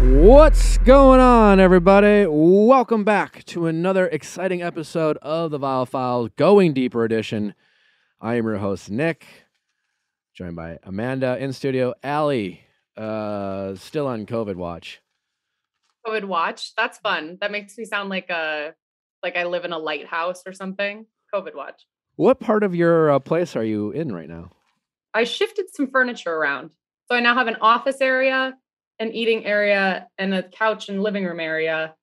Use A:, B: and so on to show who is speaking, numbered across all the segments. A: What's going on, everybody? Welcome back to another exciting episode of the Vile Files Going Deeper Edition. I am your host, Nick, joined by Amanda in studio, Allie, uh, still on COVID watch.
B: COVID watch. That's fun. That makes me sound like a like I live in a lighthouse or something. COVID watch.
A: What part of your uh, place are you in right now?
B: I shifted some furniture around. So I now have an office area, an eating area, and a couch and living room area,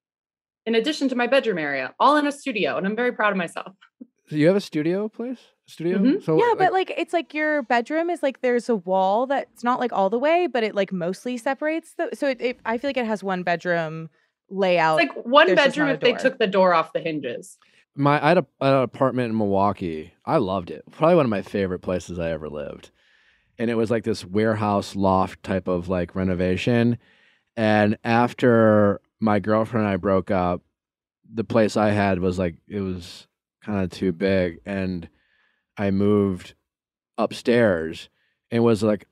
B: in addition to my bedroom area, all in a studio. And I'm very proud of myself.
A: So you have a studio place? Studio?
B: Mhm.
A: So,
C: Mm-hmm. yeah,
A: like,
C: but like it's like your bedroom is like there's a wall that's not like all the way, but it like mostly separates the. So it, it I feel like it has one bedroom layout.
B: It's like
C: Oh,
B: one
C: There's just
B: bedroom
C: not a
B: if they
C: door.
B: took the door off the hinges.
A: my I had a, an apartment in Milwaukee. I loved it. Probably one of my favorite places I ever lived. And it was like this warehouse loft type of like renovation. And after my girlfriend and I broke up, the place I had was like it was kind of too big and I moved upstairs and was like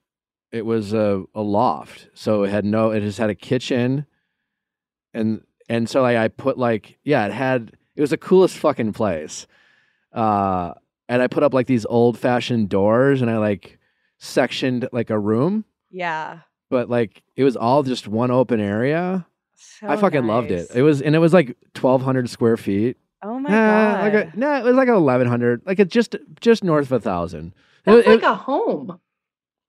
A: it was a, a loft. So it had no it just had a kitchen and and so like, I put like yeah, it had it was the coolest fucking place. Uh and I put up like these old fashioned doors and I like sectioned like a room,
C: yeah,
A: but like it was all just one open area. I
C: So
A: fucking loved it.
C: nice.
A: It was and it was like twelve hundred square feet.
C: oh my
A: Nah,
C: god,
A: Like a, nah, it was like eleven hundred. Like it just just north of a thousand. It,
B: That's
A: it-
B: like a home.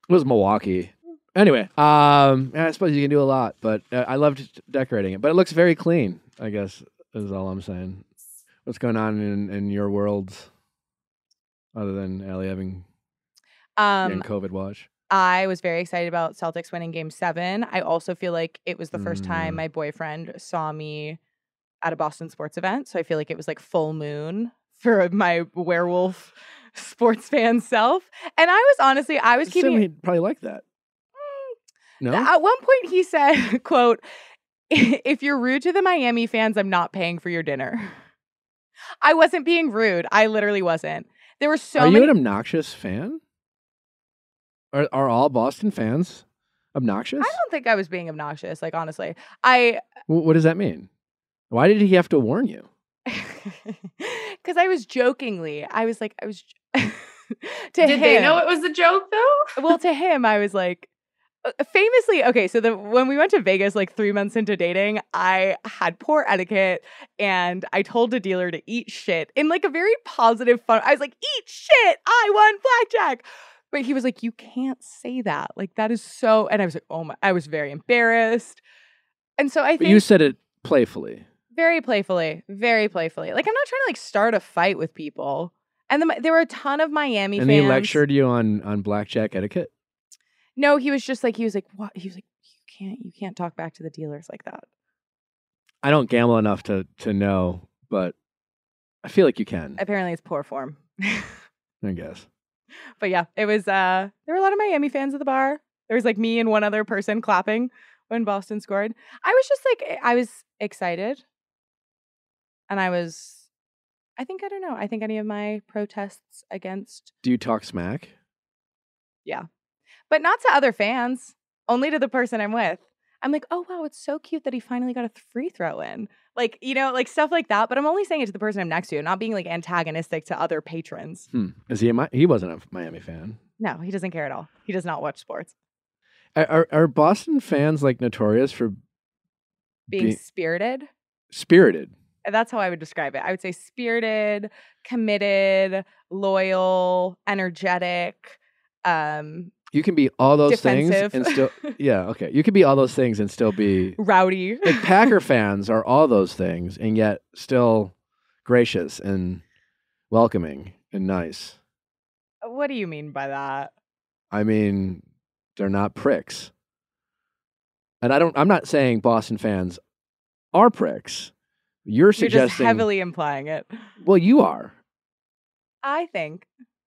A: it was Milwaukee. Anyway, um, and I suppose you can do a lot, but uh, I loved decorating it. But it looks very clean. I guess is all I'm saying. What's going on in in your worlds, other than Allie having
C: um,
A: getting COVID watch?
C: I was very excited about Celtics winning game seven. I also feel like it was the first
A: Mm.
C: time my boyfriend saw me at a Boston sports event. So I feel like it was like full moon for my werewolf sports fan self. And I was honestly, I was
A: Assume
C: keeping Mm,
A: he'd probably like that. No,
C: At one point, he said, "quote If you're rude to the Miami fans, I'm not paying for your dinner." I wasn't being rude. I literally wasn't. There were so
A: are
C: many.
A: you an obnoxious fan? Are are all Boston fans obnoxious?
C: I don't think I was being obnoxious. Like honestly, I
A: Wh- what does that mean? Why did he have to warn you?
C: because I was jokingly. I was like, I was j- to
B: Did
C: him.
B: they know it was a joke though?
C: well, to him, I was like, uh, famously, okay. So the when we went to Vegas, like three months into dating, I had poor etiquette, and I told a dealer to eat shit in like a very positive, fun. I was like, eat shit. I won blackjack. But he was like, you can't say that. Like that is so. And I was like, oh my. I was very embarrassed. And so I
A: But
C: think
A: you said it playfully.
C: very playfully, very playfully. Like I'm not trying to like start a fight with people. And the, Mi- there were a ton of Miami
A: and
C: fans.
A: he lectured you on on blackjack etiquette.
C: No, he was just like he was like what he was like you can't you can't talk back to the dealers like that.
A: I don't gamble enough to to know, but I feel like you can.
C: Apparently it's poor form.
A: I guess.
C: but yeah, it was uh there were a lot of Miami fans at the bar. There was like me and one other person clapping when Boston scored. I was just like eh, I was excited. And I was I think I don't know. I think any of my protests against
A: Do you talk smack?
C: but not to other fans, only to the person I'm with. I'm like, oh wow, it's so cute that he finally got a th- free throw in. Like, you know, like stuff like that. But I'm only saying it to the person I'm next to, not being like antagonistic to other patrons.
A: Hmm. Is he a, Mi- he wasn't a Miami fan?
C: No, he doesn't care at all. He does not watch sports.
A: Are are, are Boston fans like notorious for
C: Being
A: Be-
C: spirited, uh,
A: spirited?
C: that's how I would describe it. I would say spirited, committed, loyal, energetic, um,
A: You can be all those
C: defensive,
A: things and still yeah okay. You can be all those things and still be
C: rowdy.
A: like Packer fans are all those things and yet still gracious and welcoming and nice.
C: what do you mean by that?
A: I mean, they're not pricks. And I don't I'm not saying Boston fans are pricks. You're
C: You're
A: suggesting
C: just heavily implying it.
A: Well, you are.
C: I think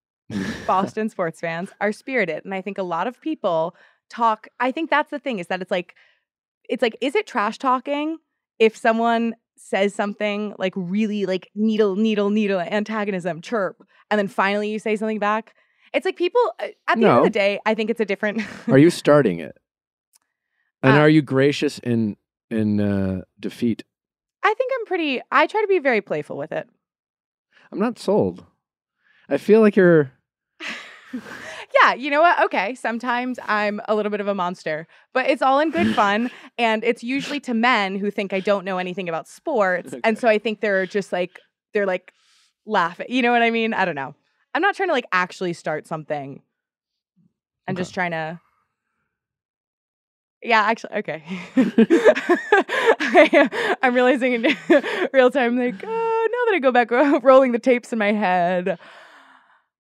C: Boston sports fans are spirited. And I think a lot of people talk. I think that's the thing is that it's like, it's like, is it trash talking if someone says something like really like needle, needle, needle, antagonism, chirp, and then finally you say something back? It's like people, uh, at the end
A: No.
C: of the day, I think it's a different.
A: are you starting it? And
C: Uh,
A: are you gracious in in uh, defeat.
C: I think I'm pretty. I try to be very playful with it.
A: I'm not sold. I feel like you're.
C: yeah, you know what? Okay, sometimes I'm a little bit of a monster, but it's all in good fun. And it's usually to men who think I don't know anything about sports. And so I think they're just like, they're like laughing. You know what I mean? I don't know. I'm not trying to like actually start something. I'm just trying to. Yeah, actually, okay. I, am realizing in real time, like, oh, now that I go back ro- rolling the tapes in my head,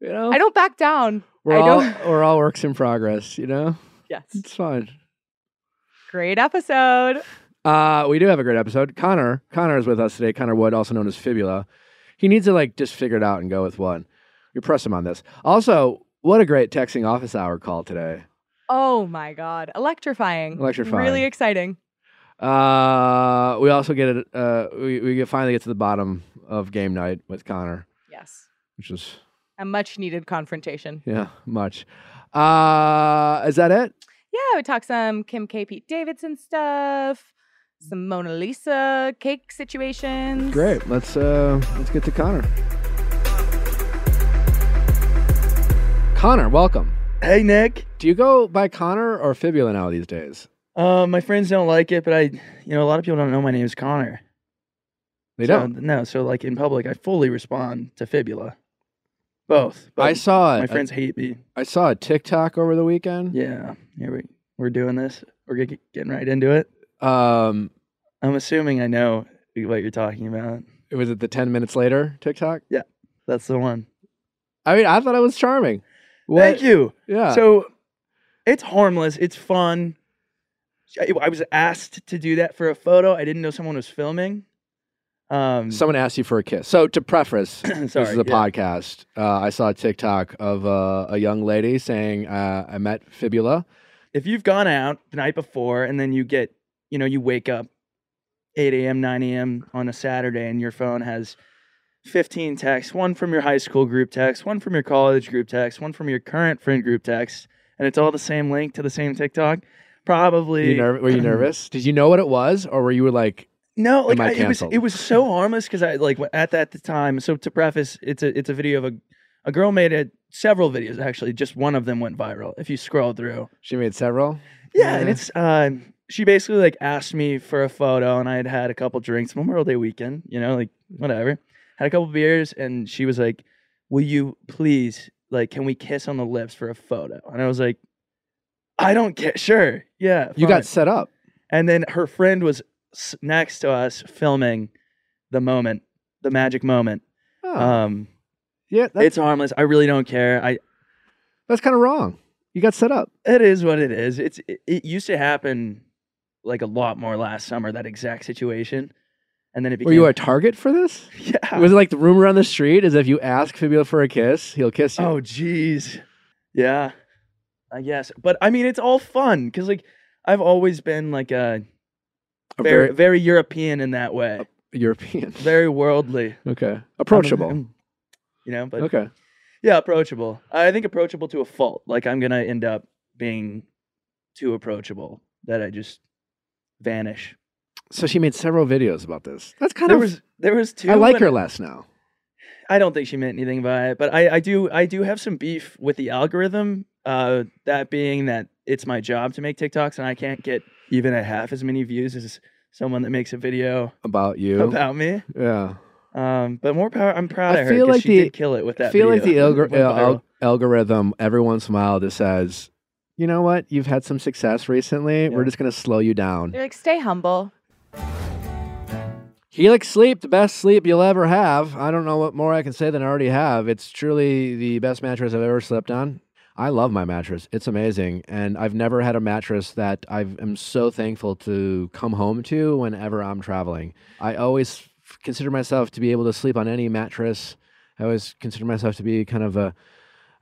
A: You know,
C: I don't back down.
A: We're
C: I
A: all
C: don't-
A: we're all works in progress. You know,
C: Yes.
A: it's fine.
C: Great episode.
A: Uh, we do have a great episode. Connor, Connor is with us today. Connor Wood, also known as Fibula. He needs to like just figure it out and go with one. We press him on this. Also, what a great texting office hour call today.
C: Oh my god, electrifying!
A: Electrifying.
C: Really exciting.
A: Uh, we also get it. Uh, we we get- finally get to the bottom of game night with Connor,
C: Yes,
A: which is
C: a much needed confrontation.
A: yeah much. Uh, is that it?
C: Yeah, we talked some Kim K. Pete Davidson stuff, some Mona Lisa cake situations.
A: Great. Let's uh, let's get to Connor. Connor, welcome.
D: Hey, Nick.
A: Do you go by Connor or Fibula now these days?
D: Uh, my friends don't like it, but I, you know, a lot of people don't know my name is Connor.
A: They
D: So,
A: don't.
D: No, so like in public, I fully respond to fibula. Both.
A: I
D: but
A: saw
D: my
A: it.
D: friends hate me.
A: I saw a TikTok over the weekend.
D: Yeah. Here we we're doing this. We're get, getting right into it.
A: Um,
D: I'm assuming I know what you're talking about.
A: was it the ten minutes later TikTok?
D: That's the one.
A: I mean, I thought it was charming.
D: Thank you.
A: Yeah.
D: So it's harmless. It's fun. I, I was asked to do that for a photo. I didn't know someone was filming. Um.
A: Someone asked you for a kiss. So to preface,
D: sorry.
A: this is a
D: yeah.
A: podcast. Uh, I saw a TikTok of uh, a young lady saying, uh, "I met Fibula."
D: if you've gone out the night before and then you get, you know, you wake up 8 a.m., 9 a.m. on a Saturday and your phone has 15 texts, one from your high school group text, one from your college group text, one from your current friend group text, and it's all the same link to the same TikTok,
A: Were
D: probably.
A: you, nerv- were you nervous? Did you know what it was, or were you like,
D: No, like
A: Am I
D: I, it was
A: canceled?
D: it was so harmless because I like w- at that time. So to preface, it's a it's a video of a a girl made it several videos actually. Just one of them went viral. If you scroll through,
A: she made several?
D: Yeah, and
A: Yeah.
D: it's uh, she basically like asked me for a photo, and I had had a couple drinks Memorial Day weekend, you know, like whatever. Had a couple beers, and she was like, "Will you please like can we kiss on the lips for a photo?" And I was like, "I don't get sure, yeah."
A: You got
D: fine."
A: set up.
D: and then her friend was s- next to us filming the moment, the magic moment.
A: Oh,
D: Um,
A: yeah, that's,
D: it's harmless. I really don't care. I
A: that's kind of wrong. You got set up.
D: It is what it is. It's it, it used to happen like a lot more last summer that exact situation, and then it became
A: Were you a target for this?
D: yeah.
A: Was it like the rumor on the street is if you ask Fibula for a kiss, he'll kiss you?
D: oh jeez, yeah, I guess. But I mean, it's all fun because like I've always been like a
A: A
D: very
A: very
D: very European in that way,
A: European.
D: very worldly,
A: Okay, approachable.
D: Um, You know, but
A: Okay,
D: yeah, approachable. I think approachable to a fault. Like I'm gonna end up being too approachable that I just vanish.
A: so she made several videos about this. That's kind
D: there
A: of.
D: was there was two.
A: I like
D: and
A: her less now.
D: I don't think she meant anything by it, but I, I do I do have some beef with the algorithm. Uh, that being that it's my job to make TikToks, and I can't get even a half as many views as someone that makes a video
A: About you,
D: about me.
A: yeah.
D: Um, but more power. I'm proud
A: I
D: of her
A: feel
D: 'cause
A: like
D: she
A: the-
D: did kill it with that.
A: I feel like the
D: video.
A: algor-
D: Went
A: al-
D: viral.
A: al- algorithm every once in a while just says, you know what, you've had some success recently. We're
D: Yeah.
A: just gonna slow you down.
C: You're like, stay humble.
A: Helix Sleep, the best sleep you'll ever have. I don't know what more I can say than I already have. It's truly the best mattress I've ever slept on. I love my mattress. It's amazing, and I've never had a mattress that I am so thankful to come home to whenever I'm traveling. I always f- consider myself to be able to sleep on any mattress. I always consider myself to be kind of a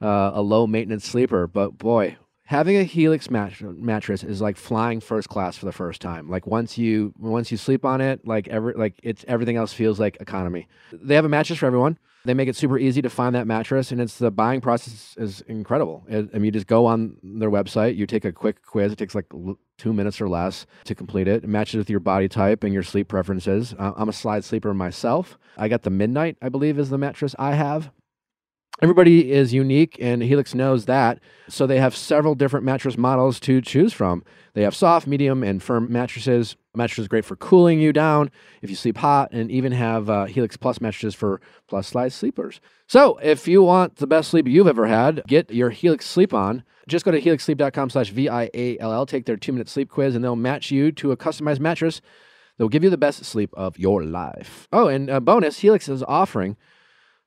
A: uh, a low maintenance sleeper, but boy, having a Helix mat- mattress is like flying first class for the first time. Like once you once you sleep on it, like every like it's everything else feels like economy. They have a mattress for everyone. They make it super easy to find that mattress, and it's the buying process is incredible. It, I mean, you just go on their website, you take a quick quiz. It takes like l- two minutes or less to complete it. It matches with your body type and your sleep preferences. Uh, I'm a slide sleeper myself. I got the Midnight, I believe, is the mattress I have. Everybody is unique, and Helix knows that. So they have several different mattress models to choose from. They have soft, medium, and firm mattresses. Mattresses great for cooling you down if you sleep hot, and even have uh, Helix Plus mattresses for plus size sleepers. So if you want the best sleep you've ever had, get your Helix Sleep on. Just go to helixsleep.com slash V-I-A-L-L, take their two-minute sleep quiz, and they'll match you to a customized mattress that will give you the best sleep of your life. Oh, and a bonus, Helix is offering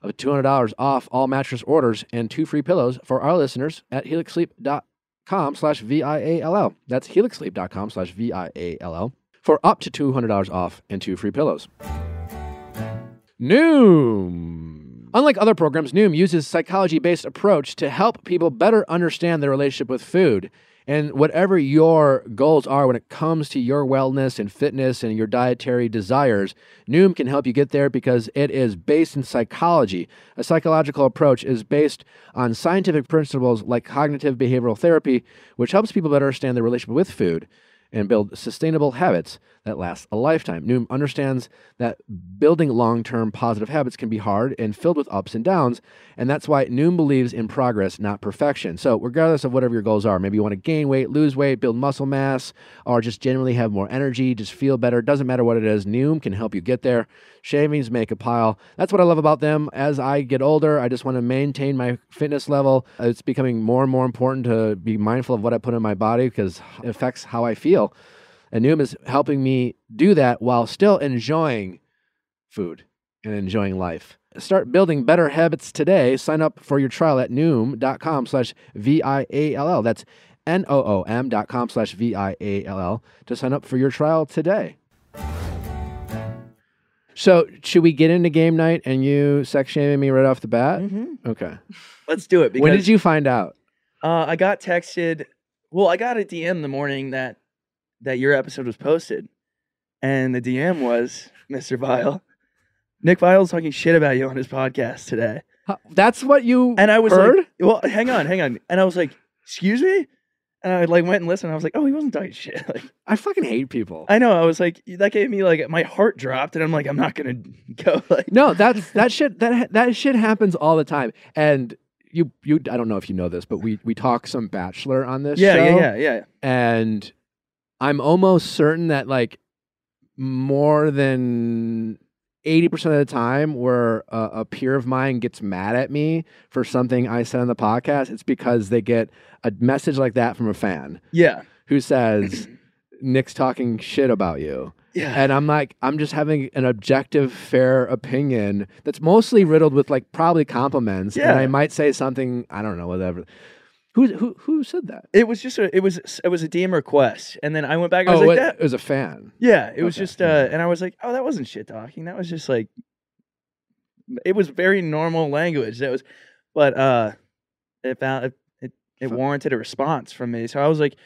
A: of $200 off all mattress orders and two free pillows for our listeners at helixsleep.com slash V-I-A-L-L. That's helixsleep.com slash V-I-A-L-L for up to $200 off and two free pillows. Noom. Unlike other programs, Noom uses psychology-based approach to help people better understand their relationship with food. And whatever your goals are when it comes to your wellness and fitness and your dietary desires, Noom can help you get there because it is based in psychology. A psychological approach is based on scientific principles like cognitive behavioral therapy, which helps people better understand their relationship with food and build sustainable habits that last a lifetime. Noom understands that building long term positive habits can be hard and filled with ups and downs. And that's why Noom believes in progress, not perfection. So, regardless of whatever your goals are, maybe you want to gain weight, lose weight, build muscle mass, or just generally have more energy, just feel better. Doesn't matter what it is, Noom can help you get there. Shavings make a pile. That's what I love about them. As I get older, I just want to maintain my fitness level. It's becoming more and more important to be mindful of what I put in my body because it affects how I feel. And Noom is helping me do that while still enjoying food and enjoying life. Start building better habits today. Sign up for your trial at noom.com slash V-I-A-L-L. That's N-O-O-M dot com slash V-I-A-L-L to sign up for your trial today. So should we get into game night and you sex shaming me right off the bat?
C: Mm-hmm.
A: Okay.
D: Let's do it. Because,
A: when did you find out?
D: Uh, I got texted. Well, I got a DM the morning that that your episode was posted, and the DM was Mr. Vile. Nick Vile's talking shit about you on his podcast today,
A: Huh, That's what you
D: and I was
A: heard?
D: like, "Well, hang on, hang on," and I was like, "Excuse me," and I like went and listened. And I was like, "Oh, he wasn't talking shit." Like,
A: I fucking hate people.
D: I know. I was like, that gave me like my heart dropped, and I'm like, I'm not gonna go. Like,
A: No, that's that shit that ha- that shit happens all the time. And you you I don't know if you know this, but we we talk some bachelor on this
D: yeah,
A: show.
D: yeah, yeah, yeah.
A: And I'm almost certain that like more than 80% of the time where a, a peer of mine gets mad at me for something I said on the podcast, it's because they get a message like that from a fan
D: Yeah.
A: who says Nick's talking shit about you.
D: Yeah.
A: And I'm like, I'm just having an objective, fair opinion that's mostly riddled with like probably compliments. And
D: Yeah.
A: I might say something, I don't know, whatever. Who who who said that?
D: It was just a it was it was a DM request, and then I went back. I was
A: oh,
D: like,
A: it,
D: that.
A: it was a fan.
D: Yeah, it was
A: Okay,
D: just uh,
A: yeah.
D: and I was like, oh, that wasn't shit talking. That was just like, it was very normal language. That was, but uh, it found it it, it
A: Fu-
D: warranted a response from me. So I was like,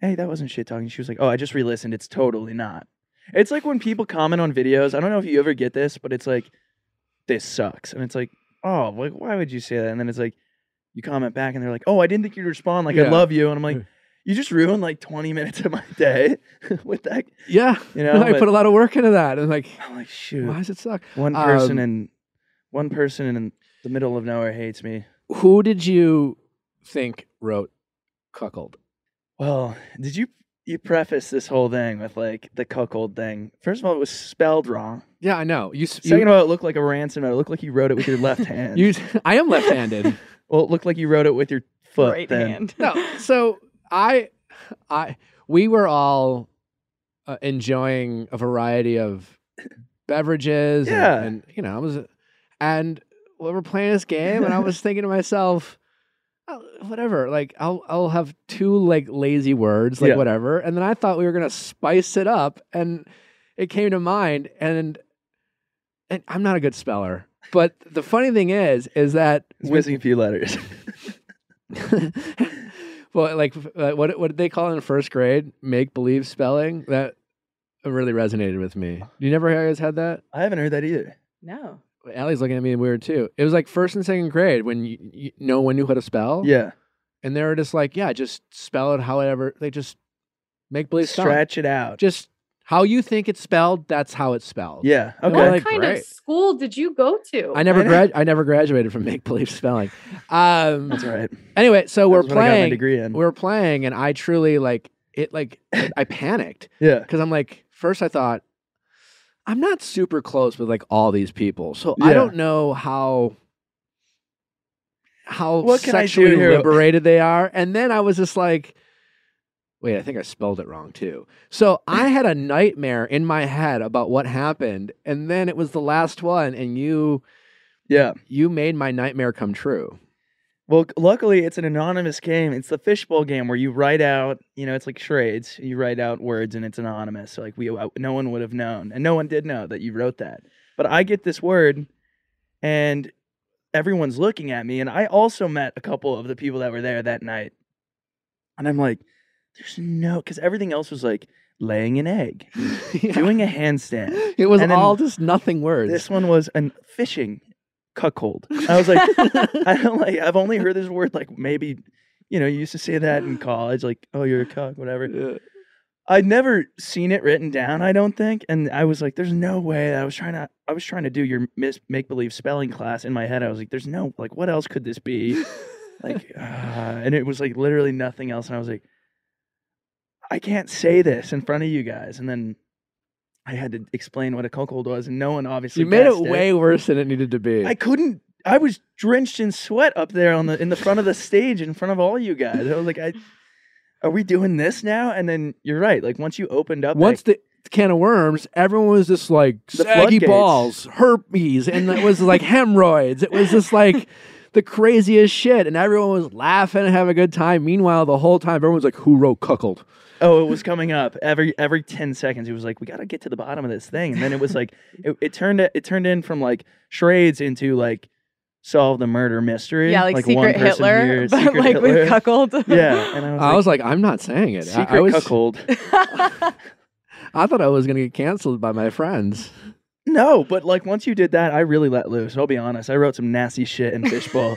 D: hey, that wasn't shit talking. She was like, oh, I just re-listened. It's totally not. It's like when people comment on videos. I don't know if you ever get this, but it's like, this sucks, and it's like, oh, like why would you say that? And then it's like, you comment back, and they're like, oh, I didn't think you'd respond. Like
A: Yeah.
D: I love you, and I'm
A: Yeah.
D: like. You just ruined like 20 minutes of my day with that
A: Yeah.
D: you know,
A: I
D: but-
A: put a lot of work into that. And like,
D: I'm like, shoot,
A: why does it suck?
D: one person
A: Um,
D: in one person in the middle of nowhere hates me.
A: Who did you think wrote cuckold?
D: Well, did you you preface this whole thing with like the cuckold thing? First of all, it was spelled wrong.
A: Yeah, I know. You, s-
D: Second
A: you,
D: of all, it looked like a ransom note. It looked like you wrote it with your left hand.
A: you s- I am left handed.
D: well, it looked like you wrote it with your foot.
C: right
D: then.
C: hand.
A: no so i i we were all uh, enjoying a variety of beverages and-
D: Yeah.
A: and, you know i was and we were playing this game and i was thinking to myself oh, whatever like i'll i'll have two like lazy words like
D: Yeah.
A: whatever and then i thought we were gonna spice it up and it came to mind and and i'm not a good speller but the funny thing is is that
D: It's missing a few letters.
A: well, like uh, what what did they call it in first grade? Make believe spelling. That really resonated with me. You never guys had that?
D: I haven't heard that either.
C: No.
A: Allie's looking at me weird too. It was like first and second grade when you, you, no one knew how to spell.
D: Yeah.
A: and they were just like, yeah, just spell it however they just make believe spell.
D: Stretch it out.
A: Just how you think it's spelled. That's how it's spelled.
D: Yeah.
A: Well,
D: Okay.
B: What
A: like,
B: kind
A: great.
B: of school did you go to?
A: I never
D: I know.
A: grad. I never graduated from make believe spelling. Um,
D: That's all right.
A: Anyway, so we're
D: That's what I got my
A: playing.
D: degree in.
A: We're playing, and I truly like it. Like I panicked
D: yeah.
A: because I'm like, first I thought I'm not super close with like all these people, so I
D: Yeah.
A: don't know how how
D: What can I do
A: sexually
D: here?
A: liberated they are. And then I was just like, wait, I think I spelled it wrong too. So I had a nightmare in my head about what happened, and then it was the last one, and you
D: Yeah.
A: you made my nightmare come true.
D: Well, c- luckily it's an anonymous game. It's the fishbowl game where you write out, you know, it's like charades. You write out words and it's anonymous. So like we, uh, no one would have known, and no one did know that you wrote that. But I get this word, and everyone's looking at me. And I also met a couple of the people that were there that night, and I'm like, "There's no," because everything else was like laying an egg, doing a handstand.
A: it was
D: and then
A: all just nothing words.
D: This one was an fishing cuckold. I was like, I don't like. I've only heard this word like maybe, you know, you used to say that in college, like, oh, you're a cuck, whatever. I'd never seen it written down. I don't think, and I was like, there's no way. I was trying to, I was trying to do your mis- make believe spelling class in my head. I was like, there's no like, what else could this be? Like, uh, and it was like literally nothing else. And I was like, I can't say this in front of you guys. And then I had to explain what a cuckold was, and no one obviously
A: you made it
D: guessed
A: way worse than it needed to be.
D: I couldn't. I was drenched in sweat up there on the in the front of the stage in front of all you guys. I was like, I, are we doing this now? And then you're right. Like once you opened up,
A: Once
D: like,
A: the can of worms, everyone was just like
D: The
A: saggy
D: floodgates.
A: balls, herpes, and it was like hemorrhoids. It was just like the craziest shit, and everyone was laughing and having a good time. Meanwhile, the whole time, everyone was like, "Who wrote cuckold?"
D: oh, it was coming up every every ten seconds. It was like we got to get to the bottom of this thing. And then it was like it, it turned it turned in from like charades into like solve the murder mystery.
C: Yeah, like,
D: one
C: Secret
D: person
C: Hitler,
D: here,
C: but
D: Secret
C: like
D: Hitler.
C: with cuckold.
D: Yeah, and I was,
A: I
D: like,
A: was like, "I'm not saying it." I,
D: secret
A: I was.
D: cuckold.
A: I thought I was gonna get canceled by my friends.
D: No, but like once you did that, I really let loose. I'll be honest. I wrote some nasty shit in Fishbowl.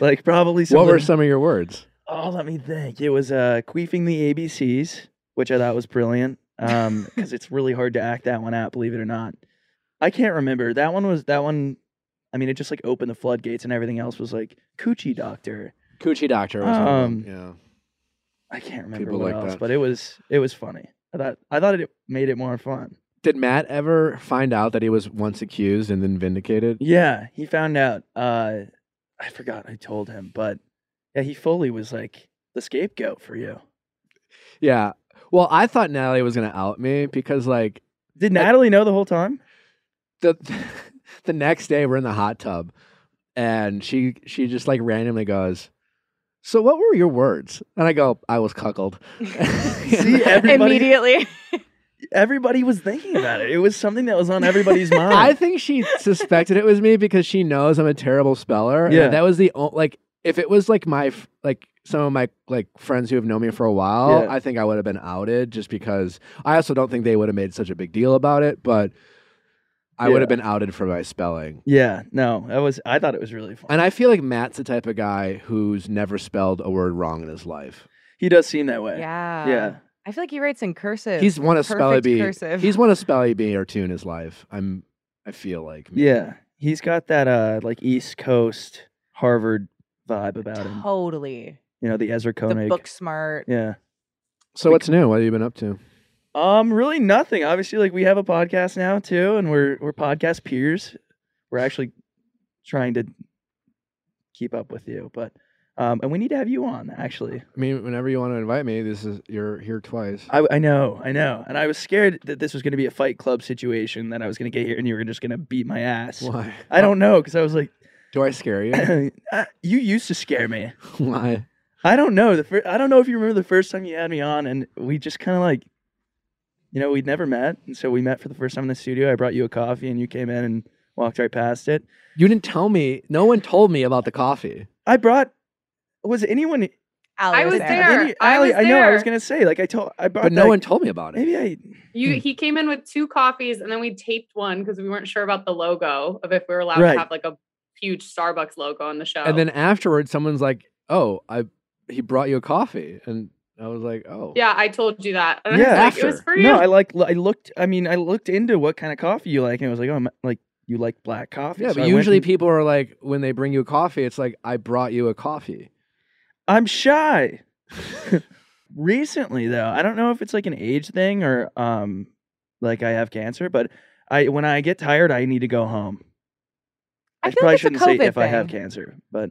D: like probably some.
A: what were
D: little-
A: some of your words?
D: Oh, let me think. It was uh, queefing the ABCs, which I thought was brilliant. Um, because it's really hard to act that one out, believe it or not. I can't remember. That one was that one. I mean, it just like opened the floodgates, and everything else was like coochie doctor.
A: Coochie doctor was one. of them,
D: I can't remember
A: People
D: what
A: like
D: else,
A: that.
D: but it was it was funny. I thought I thought it made it more fun.
A: Yeah. Did Matt ever find out that he was once accused and then vindicated?
D: Yeah, he found out. Uh, I forgot I told him, but yeah, he fully was like the scapegoat for you.
A: Yeah. Well, I thought Natalie was gonna out me because like
D: Did Natalie know the whole time?
A: the the next day we're in the hot tub and she she just like randomly goes, So what were your words? And I go, I was cuckold.
D: See, everybody
C: Immediately.
D: everybody was thinking about it. It was something that was on everybody's mind.
A: I think she suspected it was me because she knows I'm a terrible speller. and
D: Yeah.
A: that was the only like if it was like my f- like some of my like friends who have known me for a while,
D: Yeah.
A: I think I would have been outed just because I also don't think they would have made such a big deal about it, but I would
D: Yeah.
A: have been outed for my spelling.
D: yeah, no, that was. I thought it was really fun.
A: And I feel like Matt's the type of guy who's never spelled a word wrong in his life.
D: he does seem that way.
C: Yeah.
D: Yeah.
C: I feel like he writes in cursive.
A: He's won a spelly
C: Perfect
A: bee.
C: cursive.
A: He's won a spelly bee or two in his life. I'm. I feel like. man.
D: yeah. He's got that uh like East Coast Harvard vibe about him.
C: totally
D: You know the Ezra
C: the
D: Koenig.
C: book smart.
D: Yeah.
A: So what's new? What have you been up to?
D: Um, really nothing. Obviously, like we have a podcast now too, and we're we're podcast peers. We're actually trying to keep up with you, but um, and we need to have you on actually.
A: I mean, whenever you want to invite me, this is you're here twice.
D: I, I know, I know, and I was scared that this was going to be a Fight Club situation that I was going to get here and you were just going to beat my ass.
A: Why?
D: I don't know because I was like,
A: Do I scare you?
D: "Ah, you used to scare me.
A: Why?
D: I don't know. The fir- I don't know if you remember the first time you had me on, and we just kind of like, you know, we'd never met, and so we met for the first time in the studio. I brought you a coffee, and you came in and walked right past it.
A: You didn't tell me. No one told me about the coffee.
D: I brought. Was anyone
C: Allie
B: I was there.
D: Maybe-
B: I was
D: Allie, know. I
B: there.
D: was gonna say like I told. I bought
A: but no
D: that-
A: one told me about it.
D: Maybe I. Hmm.
B: You he came in with two coffees and then we taped one because we weren't sure about the logo of if we were allowed
D: Right.
B: to have like a huge Starbucks logo on the show.
A: And then afterwards, someone's like, "Oh, I he brought you a coffee," and I was like, "Oh,
B: yeah, I told you that. And
D: Yeah.
B: I was like, it was
A: After.
B: for you.
D: No, I like. I looked. I mean, I looked into what kind of coffee you like, and it was like, oh, I'm- like you like black coffee.
A: yeah."
D: So
A: But
D: I went
A: usually
D: and-
A: people are like, when they bring you a coffee, it's like, "I brought you a coffee."
D: I'm shy. Recently, though, I don't know if it's like an age thing or um, like I have cancer, but I when I get tired, I need to go home.
C: I feel
D: probably
C: like it's a
D: shouldn't say
C: COVID
D: if I have
C: thing.
D: cancer, but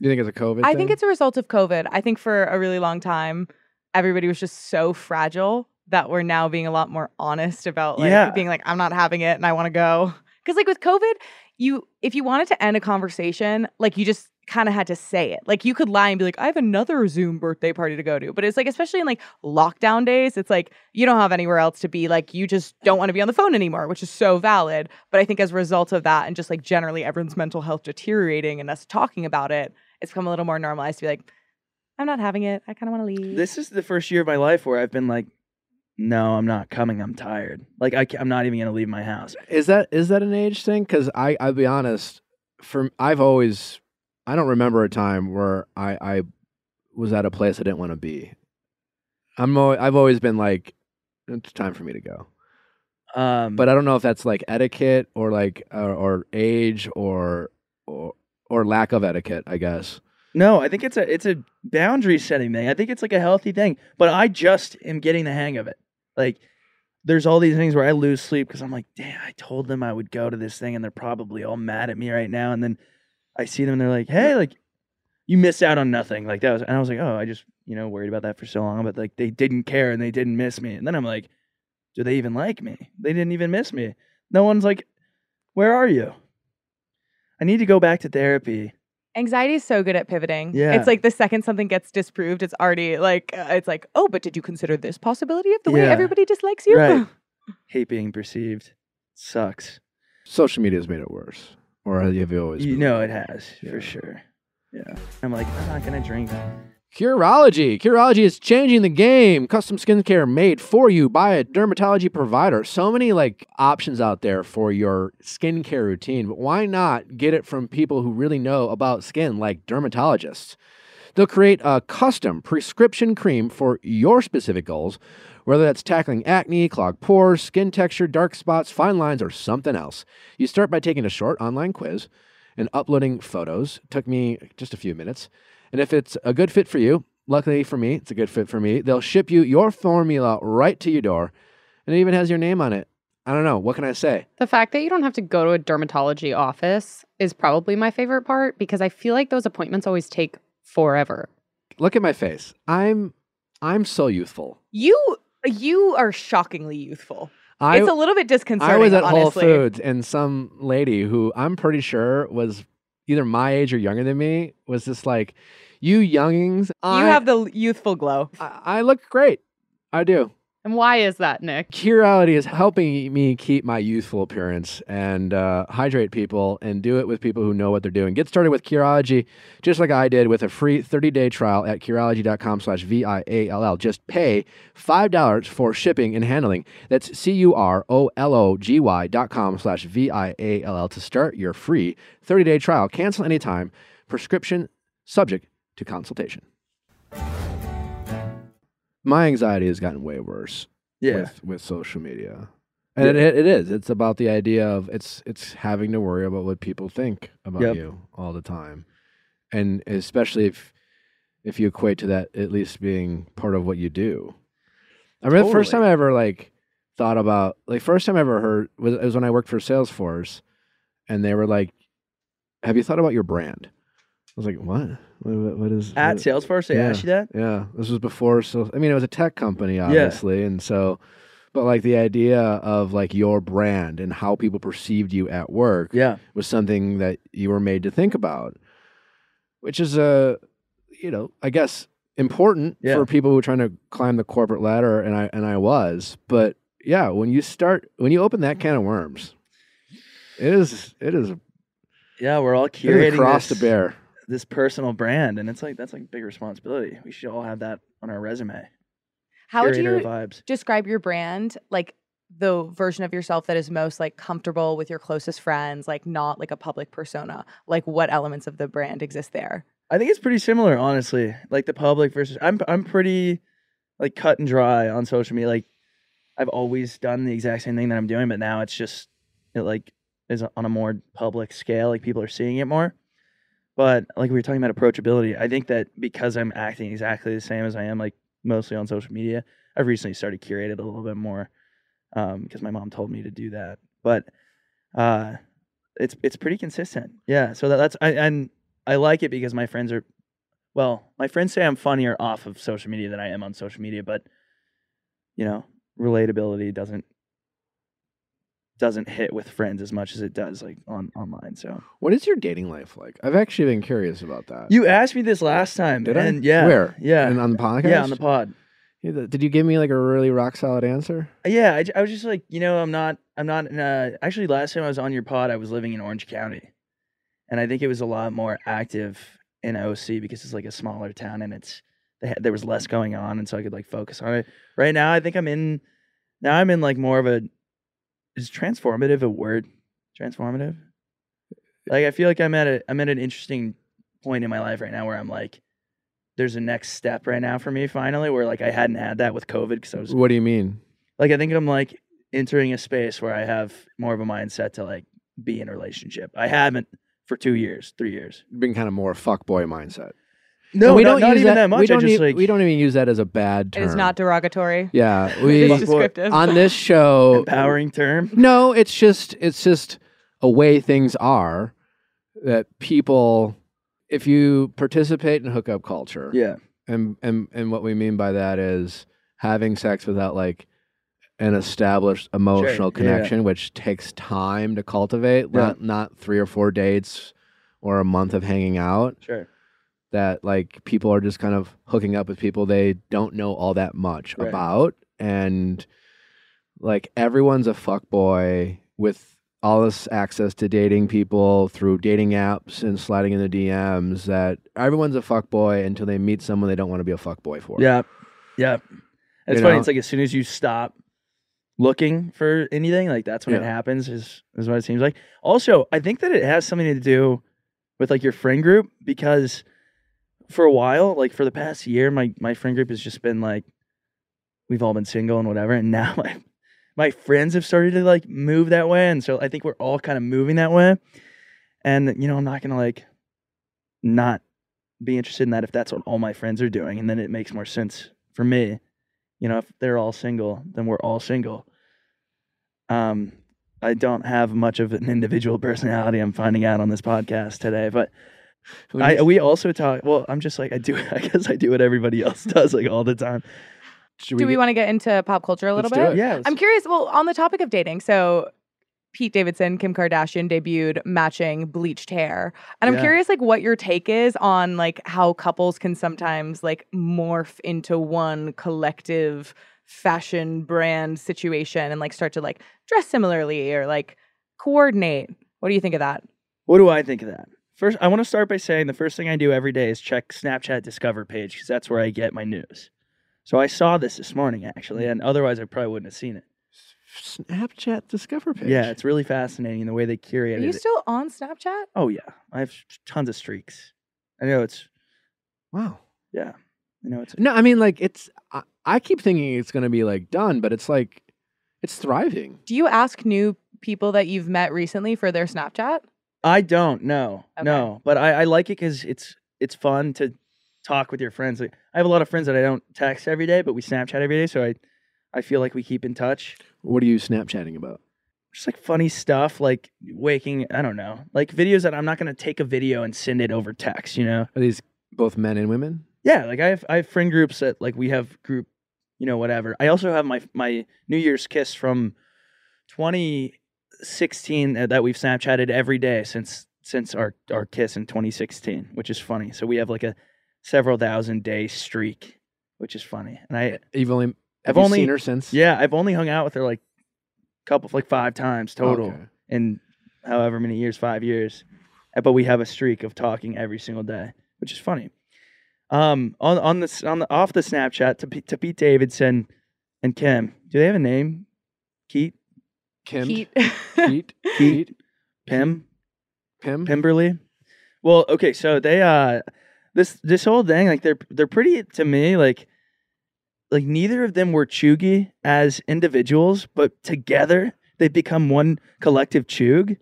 A: You think it's a COVID?
C: I think
A: thing?
C: it's a result of COVID. I think for a really long time, everybody was just so fragile that we're now being a lot more honest about like
D: Yeah.
C: being like, I'm not having it and I want to go. Because like with COVID, you if you wanted to end a conversation, like you just kind of had to say it. Like you could lie and be like, I have another Zoom birthday party to go to. But it's like, especially in like lockdown days, it's like you don't have anywhere else to be. Like you just don't want to be on the phone anymore, which is so valid. But I think as a result of that and just like generally everyone's mental health deteriorating and us talking about it, it's become a little more normalized to be like, I'm not having it. I kind of want to leave.
D: this is the first year of my life where I've been like, no, I'm not coming. I'm tired. Like I, ca- I'm not even gonna leave my house.
A: Is that is that an age thing? Because I I'll be honest, for I've always I don't remember a time where I I was at a place I didn't want to be. I'm al- I've always been like, it's time for me to go.
D: Um,
A: But I don't know if that's like etiquette or like or, or age or or or lack of etiquette. I guess.
D: No, I think it's a it's a boundary setting thing. I think it's like a healthy thing. But I just am getting the hang of it. Like there's all these things where I lose sleep because I'm like, damn, I told them I would go to this thing and they're probably all mad at me right now. And then I see them and they're like, hey, like you miss out on nothing. Like that was and I was like, oh, I just, you know, worried about that for so long. But like they didn't care and they didn't miss me. And then I'm like, do they even like me? They didn't even miss me. No one's like, where are you? I need to go back to therapy.
C: Anxiety is so good at pivoting.
D: Yeah.
C: It's like the second something gets disproved, it's already like, uh, it's like, oh, but did you consider this possibility of the way
D: Yeah.
C: everybody dislikes you?
D: Right. hate being perceived. Sucks.
A: Social media has made it worse, or have you always?
D: You
A: been
D: know
A: like
D: it
A: that?
D: has
A: Yeah.
D: for sure. Yeah. I'm like, I'm not gonna drink.
A: Curology. Curology is changing the game. Custom skincare made for you by a dermatology provider. So many like options out there for your skincare routine, but why not get it from people who really know about skin, like dermatologists? They'll create a custom prescription cream for your specific goals, whether that's tackling acne, clogged pores, skin texture, dark spots, fine lines, or something else. You start by taking a short online quiz and uploading photos. took me just a few minutes. And if it's a good fit for you, luckily for me, it's a good fit for me, they'll ship you your formula right to your door. And it even has your name on it. I don't know. What can I say?
B: The fact that you don't have to go to a dermatology office is probably my favorite part because I feel like those appointments always take forever.
A: Look at my face. I'm I'm so youthful.
C: You you are shockingly youthful.
A: I
C: it's a little bit disconcerting.
A: I was at Whole
C: honestly.
A: Foods and some lady who I'm pretty sure was either my age or younger than me was just like, "You youngings, I,
C: You have the l- youthful glow.
A: I, I look great. I do.
B: And why is that, Nick?
A: Curality is helping me keep my youthful appearance and uh, hydrate people and do it with people who know what they're doing. Get started with Curology just like I did with a free 30-day trial at Curology.com slash V-I-A-L-L. Just pay $5 for shipping and handling. That's C-U-R-O-L-O-G-Y dot com slash V-I-A-L-L to start your free 30-day trial. Cancel anytime. Prescription subject to consultation. My anxiety has gotten way worse
D: Yeah.
A: with with social media. And it, it is. It's about the idea of it's it's having to worry about what people think about
D: Yep.
A: you all the time, and especially if if you equate to that at least being part of what you do. I remember the first time
D: Totally.
A: I ever like thought about like first time I ever heard was it was when I worked for Salesforce, and they were like, "Have you thought about your brand?" I was like, "What? What, what- what is
D: At
A: what-
D: Salesforce, they
A: yeah.
D: asked you that.
A: yeah, this was before. So I mean, it was a tech company, obviously, and so, but like the idea of like your brand and how people perceived you at work
D: Yeah.
A: was something that you were made to think about, which is a, you know, I guess important
D: Yeah.
A: for people who are trying to climb the corporate ladder, and I and I was, but yeah, when you start when you open that can of worms, it is it is, it is
D: Yeah. We're all curating
A: across the
D: this,
A: bear.
D: this personal brand, and it's like that's like big responsibility. We should all have that on our resume.
C: How would
D: Curator
C: you
D: vibes?
C: describe your brand like the version of yourself that is most like comfortable with your closest friends like not like a public persona like what elements of the brand exist there
D: I think it's pretty similar, honestly. Like the public versus I'm I'm pretty like cut and dry on social media. Like I've always done the exact same thing that I'm doing, but now it's just it like is on a more public scale. Like people are seeing it more. But like we were talking about approachability, I think that because I'm acting exactly the same as I am, like mostly on social media, I've recently started curated a little bit more because my mom told me to do that. But uh, it's it's pretty consistent. Yeah. So that, that's I, and I like it because my friends are, well, my friends say I'm funnier off of social media than I am on social media, but you know, relatability doesn't doesn't hit with friends as much as it does like on online. So
A: What is your dating life like? I've actually been curious about that.
D: you asked me this last time,
A: Did I?
D: and yeah,
A: Where?
D: yeah,
A: and on the podcast?
D: yeah, on the pod.
A: Yeah, th- Did you give me like a really rock solid answer?
D: Yeah, I, j- I was just like, you know, I'm not, I'm not. In a, actually, last time I was on your pod, I was living in Orange County, and I think it was a lot more active in OC because it's like a smaller town and it's they had, there was less going on, and so I could like focus on it. Right now, I think I'm in. Now I'm in like more of a. Is transformative a word? Transformative. Like I feel like I'm at a I'm at an interesting point in my life right now where I'm like, there's a next step right now for me finally where like I hadn't had that with COVID because I was
A: What do you mean?
D: like I think I'm like entering a space where I have more of a mindset to like be in a relationship. I haven't for two years, three years.
A: Being kind of more fuckboy mindset.
D: No,
A: And
D: we not, don't not
A: use
D: even that, much.
A: We don't,
D: I just
A: e-
D: like
A: we don't even use that as a bad term.
C: it is not derogatory
A: Yeah,
C: it is
A: we
C: descriptive
A: on this show.
D: empowering term.
A: No, it's just it's just a way things are that people, if you participate in hookup culture,
D: Yeah,
A: and and and what we mean by that is having sex without like an established emotional
D: yeah, yeah.
A: connection which takes time to cultivate
D: Yeah.
A: not not three or four dates or a month of hanging out
D: sure.
A: that like people are just kind of hooking up with people they don't know all that much
D: Right.
A: about and like everyone's a fuckboy with all this access to dating people through dating apps and sliding in the DMs that everyone's a fuckboy until they meet someone they don't want to be a fuckboy for.
D: Yeah, yeah.
A: You
D: It's funny.
A: know?
D: It's like as soon as you stop looking for anything, like that's when it
A: Yeah.
D: happens. Is is what it seems like. Also, I think that it has something to do with like your friend group because for a while, like for the past year, my my friend group has just been like we've all been single and whatever, and now my my friends have started to like move that way, and so I think we're all kind of moving that way. And you know, I'm not gonna like not be interested in that if that's what all my friends are doing, and then it makes more sense for me. You know, if they're all single, then we're all single. Um, I don't have much of an individual personality. I'm finding out on this podcast today, but
A: Who
D: I,
A: needs-
D: we also talk. Well, I'm just like I do. I guess I do what everybody else does, like all the time.
A: should
C: do we
A: get-
C: want to get into pop culture a little
A: Let's do
C: bit
A: it.
D: Yeah,
C: Uh, I'm curious. Well, on the topic of dating, so Pete Davidson, Kim Kardashian debuted matching bleached hair, and I'm
D: Yeah.
C: curious, like, what your take is on like how couples can sometimes like morph into one collective fashion brand situation and like start to like dress similarly or like coordinate. What do you think of that?
D: What do I think of that? First, I want to start by saying the first thing I do every day is check Snapchat Discover page because that's where I get my news. So I saw this this morning actually, and otherwise I probably wouldn't have seen it.
A: Snapchat Discover page.
D: Yeah, it's really fascinating the way they
C: Are
D: curated
C: you
D: it.
C: still on Snapchat?
D: oh yeah, I have tons of streaks. I know it's
A: Wow.
D: yeah, I know it's
A: No, I mean like it's. I, I keep thinking it's gonna be like done, but it's like it's thriving.
C: Do you ask new people that you've met recently for their Snapchat?
D: I don't know.
C: Okay.
D: No, but I, I like it because it's it's fun to talk with your friends. Like, I have a lot of friends that I don't text every day, but we Snapchat every day, so I I feel like we keep in touch.
A: What are you Snapchatting about?
D: Just like funny stuff, like waking. I don't know, like videos that I'm not gonna take a video and send it over text. You know?
A: Are these both men and women?
D: Yeah. Like I have I have friend groups that like we have group, you know, whatever. I also have my my New Year's kiss from 2016 that that we've Snapchatted every day since since our our kiss in 2016, which is funny. So we have like a several thousand day streak, which is funny. And I
A: You've only. Have
D: I've
A: you
D: only-
A: seen her since.
D: yeah, I've only hung out with her like couple like five times total
A: Okay.
D: in however many years, five years. but we have a streak of talking every single day, which is funny. Um, on on this on the off the Snapchat to P- to Pete Davidson and Kim, do they have a name? Keat,
A: Kim,
C: Pete.
A: Pete,
D: Pete, Pim,
A: Pim.
D: Pemberley. Well, okay, so they uh this this whole thing like they're they're pretty to me like like neither of them were chuggy as individuals, but together they become one collective chug.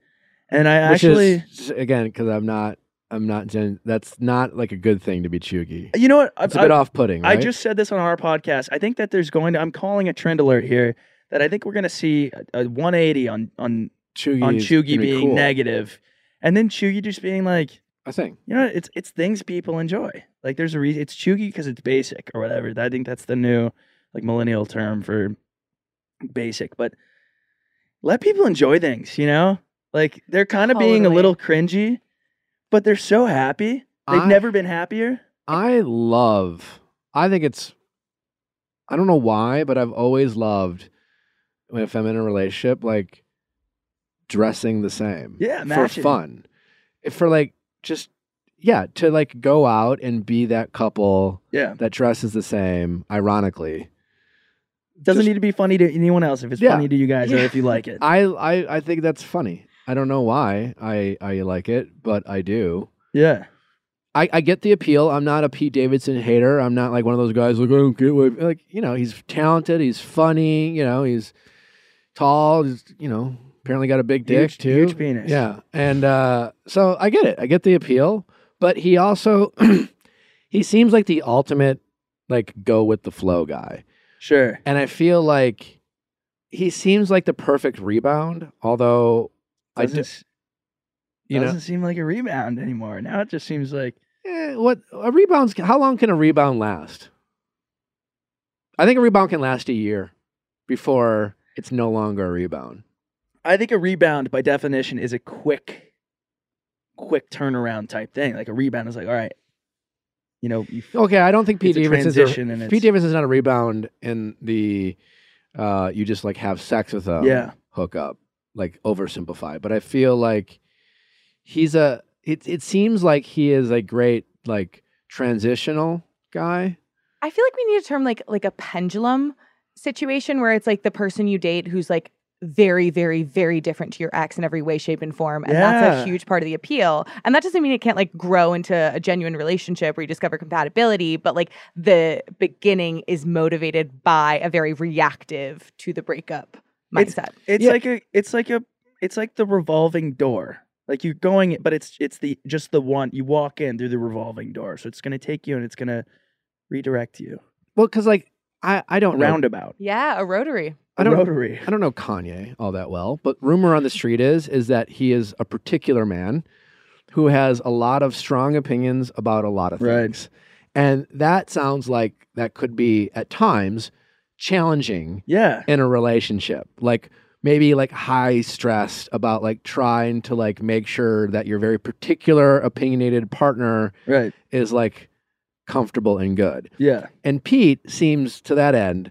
D: And I
A: Which
D: actually
A: is, again, because I'm not, I'm not. Gen- that's not like a good thing to be chuggy.
D: you know what I-
A: It's a
D: I-
A: bit off-putting.
D: I
A: Right?
D: just said this on our podcast. I think that there's going to I'm calling a trend alert here that I think we're going to see a, a 180 on on
A: chuggy
D: on
A: is gonna
D: chuggy
A: be
D: being
A: cool,
D: negative and then chuggy just being like
A: I think.
D: you know, it's it's things people enjoy. Like there's a reason it's chuggy because it's basic or whatever. I think that's the new like millennial term for basic. But let people enjoy things, you know? Like they're kind of being a
C: Totally.
D: little cringy, but they're so happy. They've
A: I-
D: never been happier.
A: I love. I think it's. I don't know why, but I've always loved when if I'm in a relationship, like dressing the same.
D: Yeah,
A: for
D: matching.
A: fun, for like just yeah to like go out and be that couple
D: Yeah.
A: that dresses the same. Ironically,
D: Doesn't
A: Just-
D: need to be funny to anyone else if it's
A: Yeah.
D: funny to you guys or
C: Yeah.
D: if you like it.
A: I I I think that's funny. I don't know why I I like it, but I do.
D: yeah.
A: I, I get the appeal. I'm not a Pete Davidson hater. I'm not like one of those guys like I don't get what like you know he's talented. He's funny. You know he's tall. He's you know apparently got a big dick
D: Huge-
A: too.
D: huge penis.
A: Yeah, and uh, so I get it. I get the appeal, but he also he seems like the ultimate like go with the flow guy.
D: Sure.
A: And I feel like he seems like the perfect rebound. Although I
D: Doesn't,
A: do,
D: s-
A: you know
D: doesn't seem like a rebound anymore. Now it just seems like
A: Eh, what a rebound's how long can a rebound last? I think a rebound can last a year before it's no longer a rebound.
D: I think a rebound by definition is a quick, quick turnaround type thing. Like a rebound is like, all right, you know, you f-
A: Okay, I don't think Pete
D: It's a
A: Davidson's
D: transition and
A: a, Pete
D: it's-
A: Davidson's not a rebound in the uh, you just like have sex with them
D: yeah,
A: hookup, like oversimplified. But I feel like he's a it it seems like he is a great like transitional guy.
C: I feel like we need a term like like a pendulum situation where it's like the person you date who's like very, very, very different to your ex in every way, shape, and form. And that's
D: Yeah.
C: a huge part of the appeal. And that doesn't mean it can't like grow into a genuine relationship where you discover compatibility, but like the beginning is motivated by a very reactive to the breakup
D: It's-
C: mindset.
D: it's
A: Yeah.
D: like a, it's like a, it's like the revolving door. Like you're going, but it's it's the just the one you walk in through the revolving door. So it's gonna take you and it's gonna redirect you
A: Well, because like I I don't know-
D: roundabout.
C: yeah, a rotary.
A: I don't
D: rotary.
A: I don't know Kanye all that well, but rumor on the street is is that he is a particular man who has a lot of strong opinions about a lot of
D: Right.
A: things. And that sounds like that could be at times challenging
D: Yeah,
A: in a relationship. Like maybe like high stressed about like trying to like make sure that your very particular opinionated partner
D: right.
A: is like comfortable and good.
D: Yeah,
A: And Pete seems to that end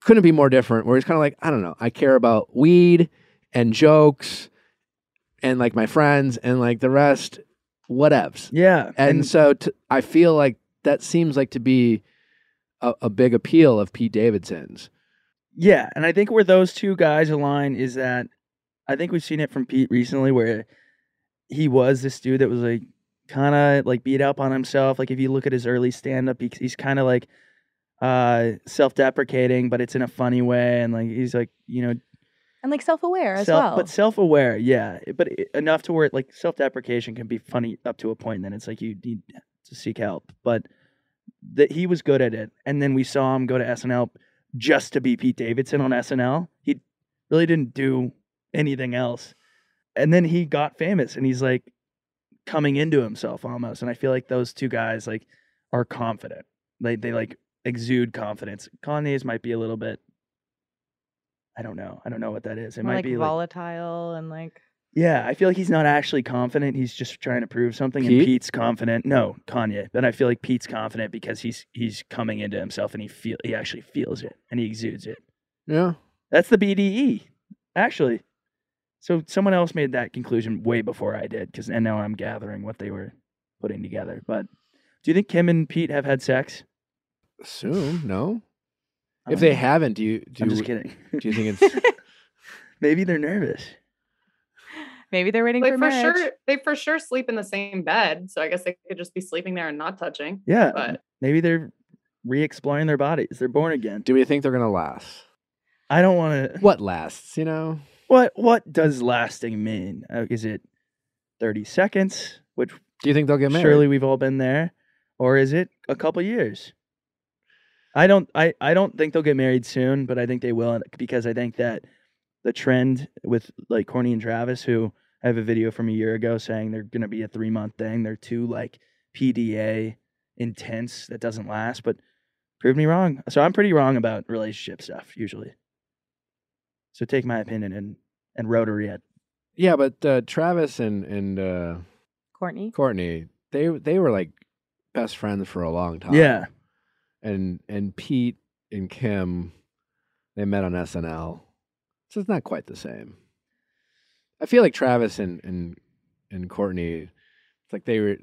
A: couldn't be more different. Where he's kind of like, I don't know, I care about weed and jokes and like my friends and like the rest, whatevs.
D: yeah,
A: And, so t- I feel like that seems like to be a, a big appeal of Pete Davidson's.
D: Yeah, and I think where those two guys align is that I think we've seen it from Pete recently where he was this dude that was like kind of like beat up on himself. Like if you look at his early stand up, he, he's kind of like uh self-deprecating, but it's in a funny way and like he's like, you know,
C: And like self aware as
D: self,
C: well.
D: but self-aware. Yeah, eh, but i- enough to where like self-deprecation can be funny up to a point and then it's like you need to seek help, but that he was good at it. And then we saw him go to SNL just to be Pete Davidson on SNL. He really didn't do anything else. And then he got famous and he's like coming into himself almost. And I feel like those two guys like are confident. They they like exude confidence. Kanye's might be a little bit I don't know. I don't know what that is. It
C: More,
D: might
C: like
D: be like
C: volatile and like
D: yeah, I feel like he's not actually confident. He's just trying to prove something.
A: Pete?
D: And Pete's confident. No, Kanye. But I feel like Pete's confident because he's he's coming into himself and he feel he actually feels it and he exudes it.
A: Yeah.
D: That's the BDE, E, actually. So someone else made that conclusion way before I did, because and now I'm gathering what they were putting together. But do you think Kim and Pete have had sex?
A: Soon, no.
D: I
A: If
D: don't
A: they
D: know.
A: haven't, do you do
D: I'm
A: you,
D: just
A: do
D: kidding.
A: you think it's
D: Maybe they're nervous.
C: Maybe they're waiting
B: They
C: for
B: for
C: marriage.
B: sure they for sure sleep in the same bed, so I guess they could just be sleeping there and not touching.
D: Yeah.
B: But
D: Maybe they're re-exploring their bodies. They're born again.
A: do we think they're gonna last?
D: I don't want to.
A: What lasts, you know?
D: What What does lasting mean? Uh, Is it 30 seconds, which
A: Do you think they'll get married?
D: surely we've all been there, or is it a couple years? I don't. I, I don't think they'll get married soon, but I think they will and- because I think that the trend with like Corny and Travis, who I have a video from a year ago saying they're going to be a three month thing. They're too like PDA intense that doesn't last, but prove me wrong. So I'm pretty wrong about relationship stuff usually. So take my opinion and and rotary at
A: Yeah, but uh, Travis and and uh,
C: Courtney.
A: Courtney, they they were like best friends for a long time.
D: yeah.
A: and and Pete and Kim, they met on SNL, so it's not quite the same. I feel like Travis and and and Courtney, it's like they were,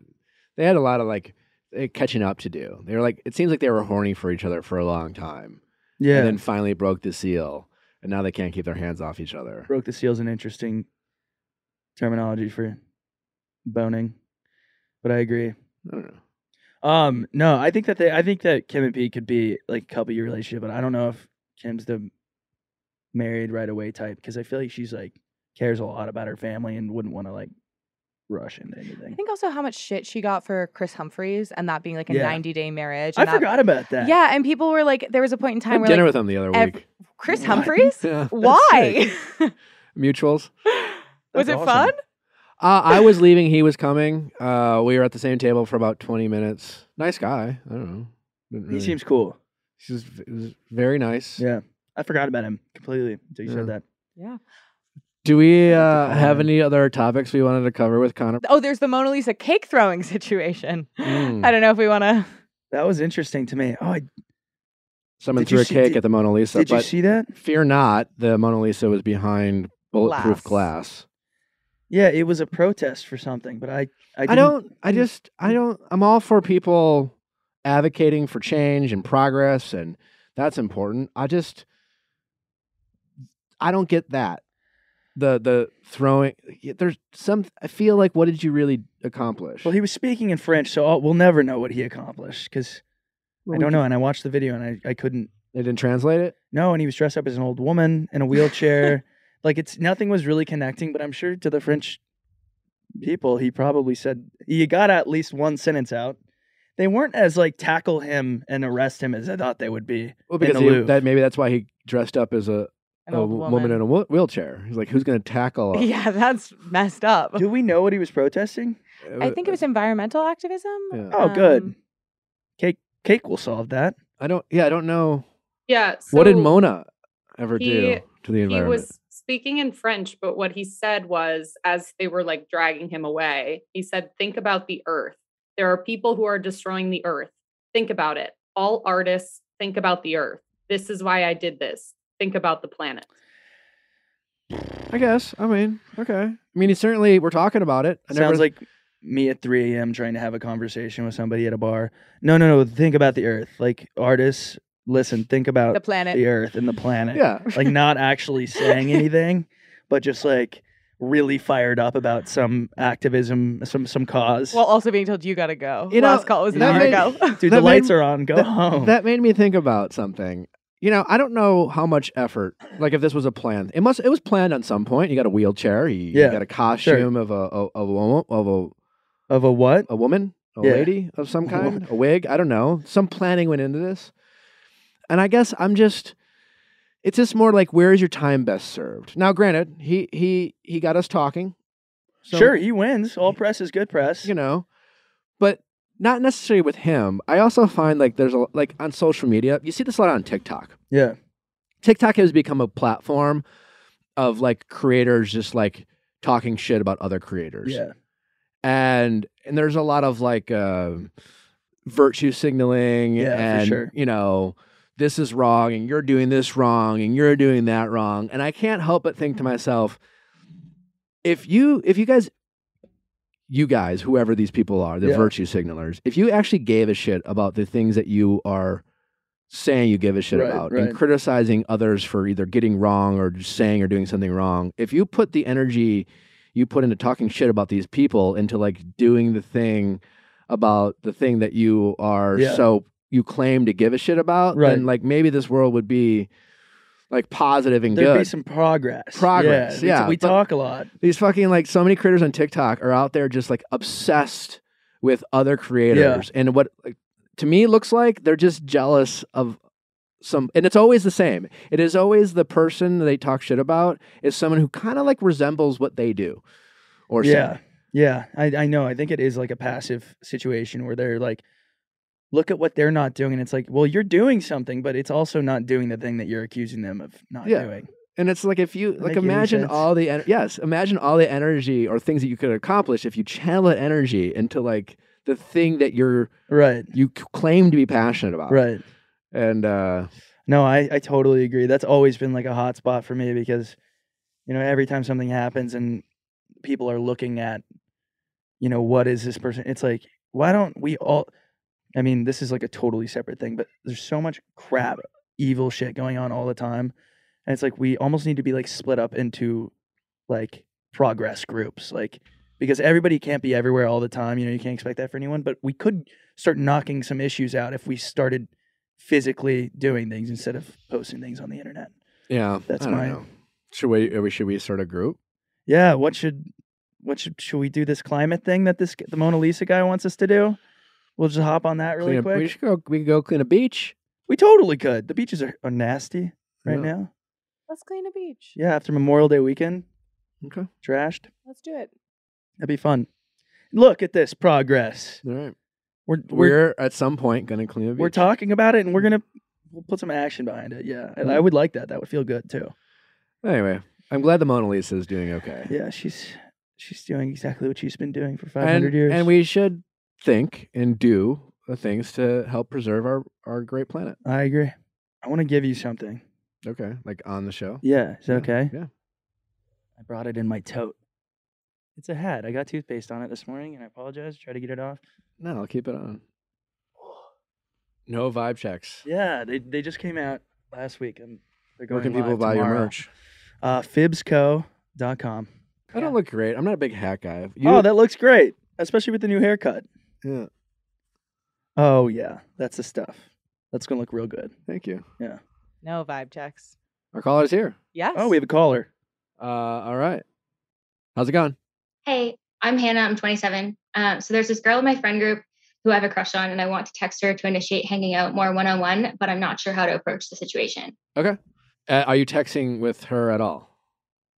A: they had a lot of like eh, catching up to do. They were like, it seems like they were horny for each other for a long time,
D: Yeah.
A: and then finally broke the seal, and now they can't keep their hands off each other.
D: broke the seal's an interesting terminology for boning, but I agree.
A: I don't know.
D: Um, no, I think that they, I think that Kim and Pete could be like a couple year relationship, but I don't know if Kim's the married right away type because I feel like she's like cares a lot about her family and wouldn't want to like rush into
C: I
D: anything.
C: think also how much shit she got for Chris Humphreys and that being like a
D: Yeah.
C: 90 day marriage.
D: I
C: and that-
D: forgot about that.
C: Yeah, and people were like, there was a point in
A: I
C: time
A: had
C: where
A: dinner
C: like,
A: with them the other
C: ev-
A: week.
C: Chris
D: What?
C: Humphreys?
A: Yeah,
C: Why?
A: mutuals.
C: was
D: That's
C: it
D: awesome.
C: fun?
A: Uh, I was leaving. He was coming. Uh, we were at the same table for about 20 minutes. Nice guy. I don't know. Didn't
D: He
A: really-
D: seems cool.
A: he was, he was very nice.
D: Yeah. I forgot about him completely until you said that.
C: Yeah.
A: Do we
D: I'd
A: uh,
D: like to call
A: have
D: him.
A: any other topics we wanted to cover with Connor?
C: Oh, there's the Mona Lisa cake throwing situation.
A: Mm.
C: I don't know if we want to.
D: That was interesting to me. Oh, I,
A: Someone
D: Did you
A: threw a
D: see-
A: cake
D: did-
A: at the Mona Lisa,
D: did you
A: but
D: see that?
A: fear not, the Mona Lisa was behind bulletproof glass.
C: Glass.
D: Yeah, it was a protest for something, but I, I,
A: I
D: didn't- mm.
A: don't. I just. I don't. I'm all for people advocating for change and progress, and that's important. I just. I don't get that. The the throwing. yeah, There's some. I feel like. What did you really accomplish?
D: Well, he was speaking in French, so I'll, we'll never know what he accomplished because
A: Well,
D: I
A: we
D: don't know.
A: could-
D: And I watched the video and I, I couldn't
A: They didn't translate it.
D: know. And he was dressed up as an old woman in a wheelchair. like it's nothing was really connecting, but I'm sure to the French people, he probably said he got at least one sentence out. They weren't as like tackle him and arrest him as I thought they would be.
A: Well,
D: In
A: because
D: the
A: he,
D: Louvre.
A: that maybe that's why he dressed up as a,
C: An
D: Oh,
A: a
C: old
A: w- woman. in a wheel- wheelchair. He's like, who's going to tackle? a-
C: Yeah, that's messed up.
D: Do we know what he was protesting?
C: I
A: uh,
C: think it was environmental activism.
A: Yeah.
D: uh, Oh, good.
C: Um,
D: Cake, cake will solve that.
A: I don't. Yeah, I don't know.
B: yeah.
A: what did
B: so-
A: Mona ever
B: he-
A: do to the
B: he
A: environment?
B: was speaking in French, but what he said was, as they were like dragging him away, he said, Think about the earth. There are people who are destroying the earth. Think about it. All artists think about the earth. This is why I did this. Think about the planet.
A: I guess. I mean, okay. I mean, he certainly. We're talking about it. I
D: Sounds like me at 3 a.m. trying to have a conversation with somebody at a bar. No, no, no. Think about the earth. Like, artists, listen, think about
C: the
D: the,
C: planet.
D: earth and the planet.
A: Yeah.
D: Like, not actually saying anything, but just like really fired up about some activism, some some cause.
C: While also being told you gotta go.
A: You know,
C: Last call was an
A: that
C: hour
A: may-
C: ago.
D: Dude,
A: that
D: the lights
A: made-
D: are on. Go
A: that-
D: home.
A: That made me think about something. You know, I don't know how much effort. Like, if this was a plan, it must. It was planned on some point. You got a wheelchair. You, you
D: Yeah,
A: got a costume of a of, of a woman of a,
D: of a what?
A: a woman, a
D: Yeah.
A: lady of some
D: A
A: kind, a wig. I don't know. Some planning went into this, and I guess I'm just. It's just more like where is your time best served? Now, granted, he he he got us talking. So-
D: sure, he wins. All press is good press.
A: you know but not necessarily with him i also find like there's a like on social media you see this a lot on tiktok
D: yeah.
A: tiktok has become a platform of like creators just like talking shit about other creators
D: Yeah.
A: and and there's a lot of like uh, virtue signaling
D: Yeah, for
A: and
D: sure.
A: you know this is wrong and you're doing this wrong and you're doing that wrong and i can't help but think to myself if you if you guys you guys whoever these people are the
D: Yeah.
A: virtue signalers if you actually gave a shit about the things that you are saying you give a shit
D: Right,
A: about
D: right.
A: and criticizing others for either getting wrong or just saying or doing something wrong if you put the energy you put into talking shit about these people into like doing the thing about the thing that you are
D: Yeah.
A: so you claim to give a shit about
D: Right.
A: then like maybe this world would be like positive and
D: There'd
A: good
D: be some progress.
A: Progress,
D: we-
A: yeah,
D: we
A: but-
D: talk a lot.
A: these fucking like so many creators on TikTok are out there just like obsessed with other creators and what like, to me it looks like they're just jealous of some and it's always the same. It is always the person they talk shit about is someone who kind of like resembles what they do or
D: yeah,
A: say.
D: yeah. I, I know. I think it is like a passive situation where they're like, look at what they're not doing, and it's like, well, you're doing something, but it's also not doing the thing that you're accusing them of not
A: Yeah.
D: doing.
A: And it's like if you like
D: make any
A: imagine
D: sense?
A: all the en- yes, imagine all the energy or things that you could accomplish if you channel that energy into like the thing that you're
D: Right.
A: you c- claim to be passionate about.
D: Right.
A: And uh
D: No, I, I totally agree. That's always been like a hot spot for me because, you know, every time something happens and people are looking at, you know, what is this person? It's like, why don't we all? I mean, this is like a totally separate thing, but there's so much crap, evil shit going on all the time. And it's like we almost need to be like split up into like progress groups, like because everybody can't be everywhere all the time. You know, you can't expect that for anyone, but we could start knocking some issues out if we started physically doing things instead of posting things on the internet.
A: Yeah,
D: That's
A: I don't
D: my-
A: know. Should we, are we? Should we start a group?
D: Yeah, what should what should should we do this climate thing that this g- the Mona Lisa guy wants us to do? We'll just hop on that really
A: Clean up-
D: quick.
A: We
D: We,
A: should go. We could go clean a beach.
D: totally could. The beaches are, are nasty right
A: Yeah.
D: now.
C: Let's clean a beach.
D: Yeah, after Memorial Day weekend,
A: Okay.
D: trashed.
C: Let's do it.
D: That'd be fun. Look at this progress.
A: All right.
D: We're we're
A: We're, at some point gonna clean a beach.
D: we're talking about it, and we're gonna we'll put some action behind it. Yeah, I, I
A: Mhm.
D: would like that. That would feel good too.
A: anyway, I'm glad the Mona Lisa is doing okay.
D: Yeah, she's she's doing exactly what she's been doing for five
A: and,
D: hundred years.
A: and we should think and do the things to help preserve our our great planet.
D: I agree. I want to give you something.
A: Okay, like on the show.
D: Yeah, is that
A: Yeah,
D: okay?
A: Yeah.
D: I brought it in my tote. It's a hat. I got toothpaste on it this morning, and I apologize. Try to get it off.
A: No, I'll keep it on. No vibe checks.
D: Yeah, they they just came out last week, and they're
A: Where
D: going.
A: can people
D: live
A: buy your
D: tomorrow.
A: merch?
D: Uh, fibsco.com.
A: I don't look great. I'm not a big hat guy. You,
D: oh, that looks great, especially with the new haircut.
A: yeah.
D: Oh yeah, that's the stuff. That's gonna look real good.
A: Thank you.
C: No vibe checks.
A: Our caller's here.
C: Yes.
D: Oh, we have a caller.
A: Uh, all right. How's it going?
E: hey, I'm Hannah. I'm 27. Um, so there's this girl in my friend group who I have a crush on, and I want to text her to initiate hanging out more one on one, but I'm not sure how to approach the situation.
A: Uh, are you texting with her at all?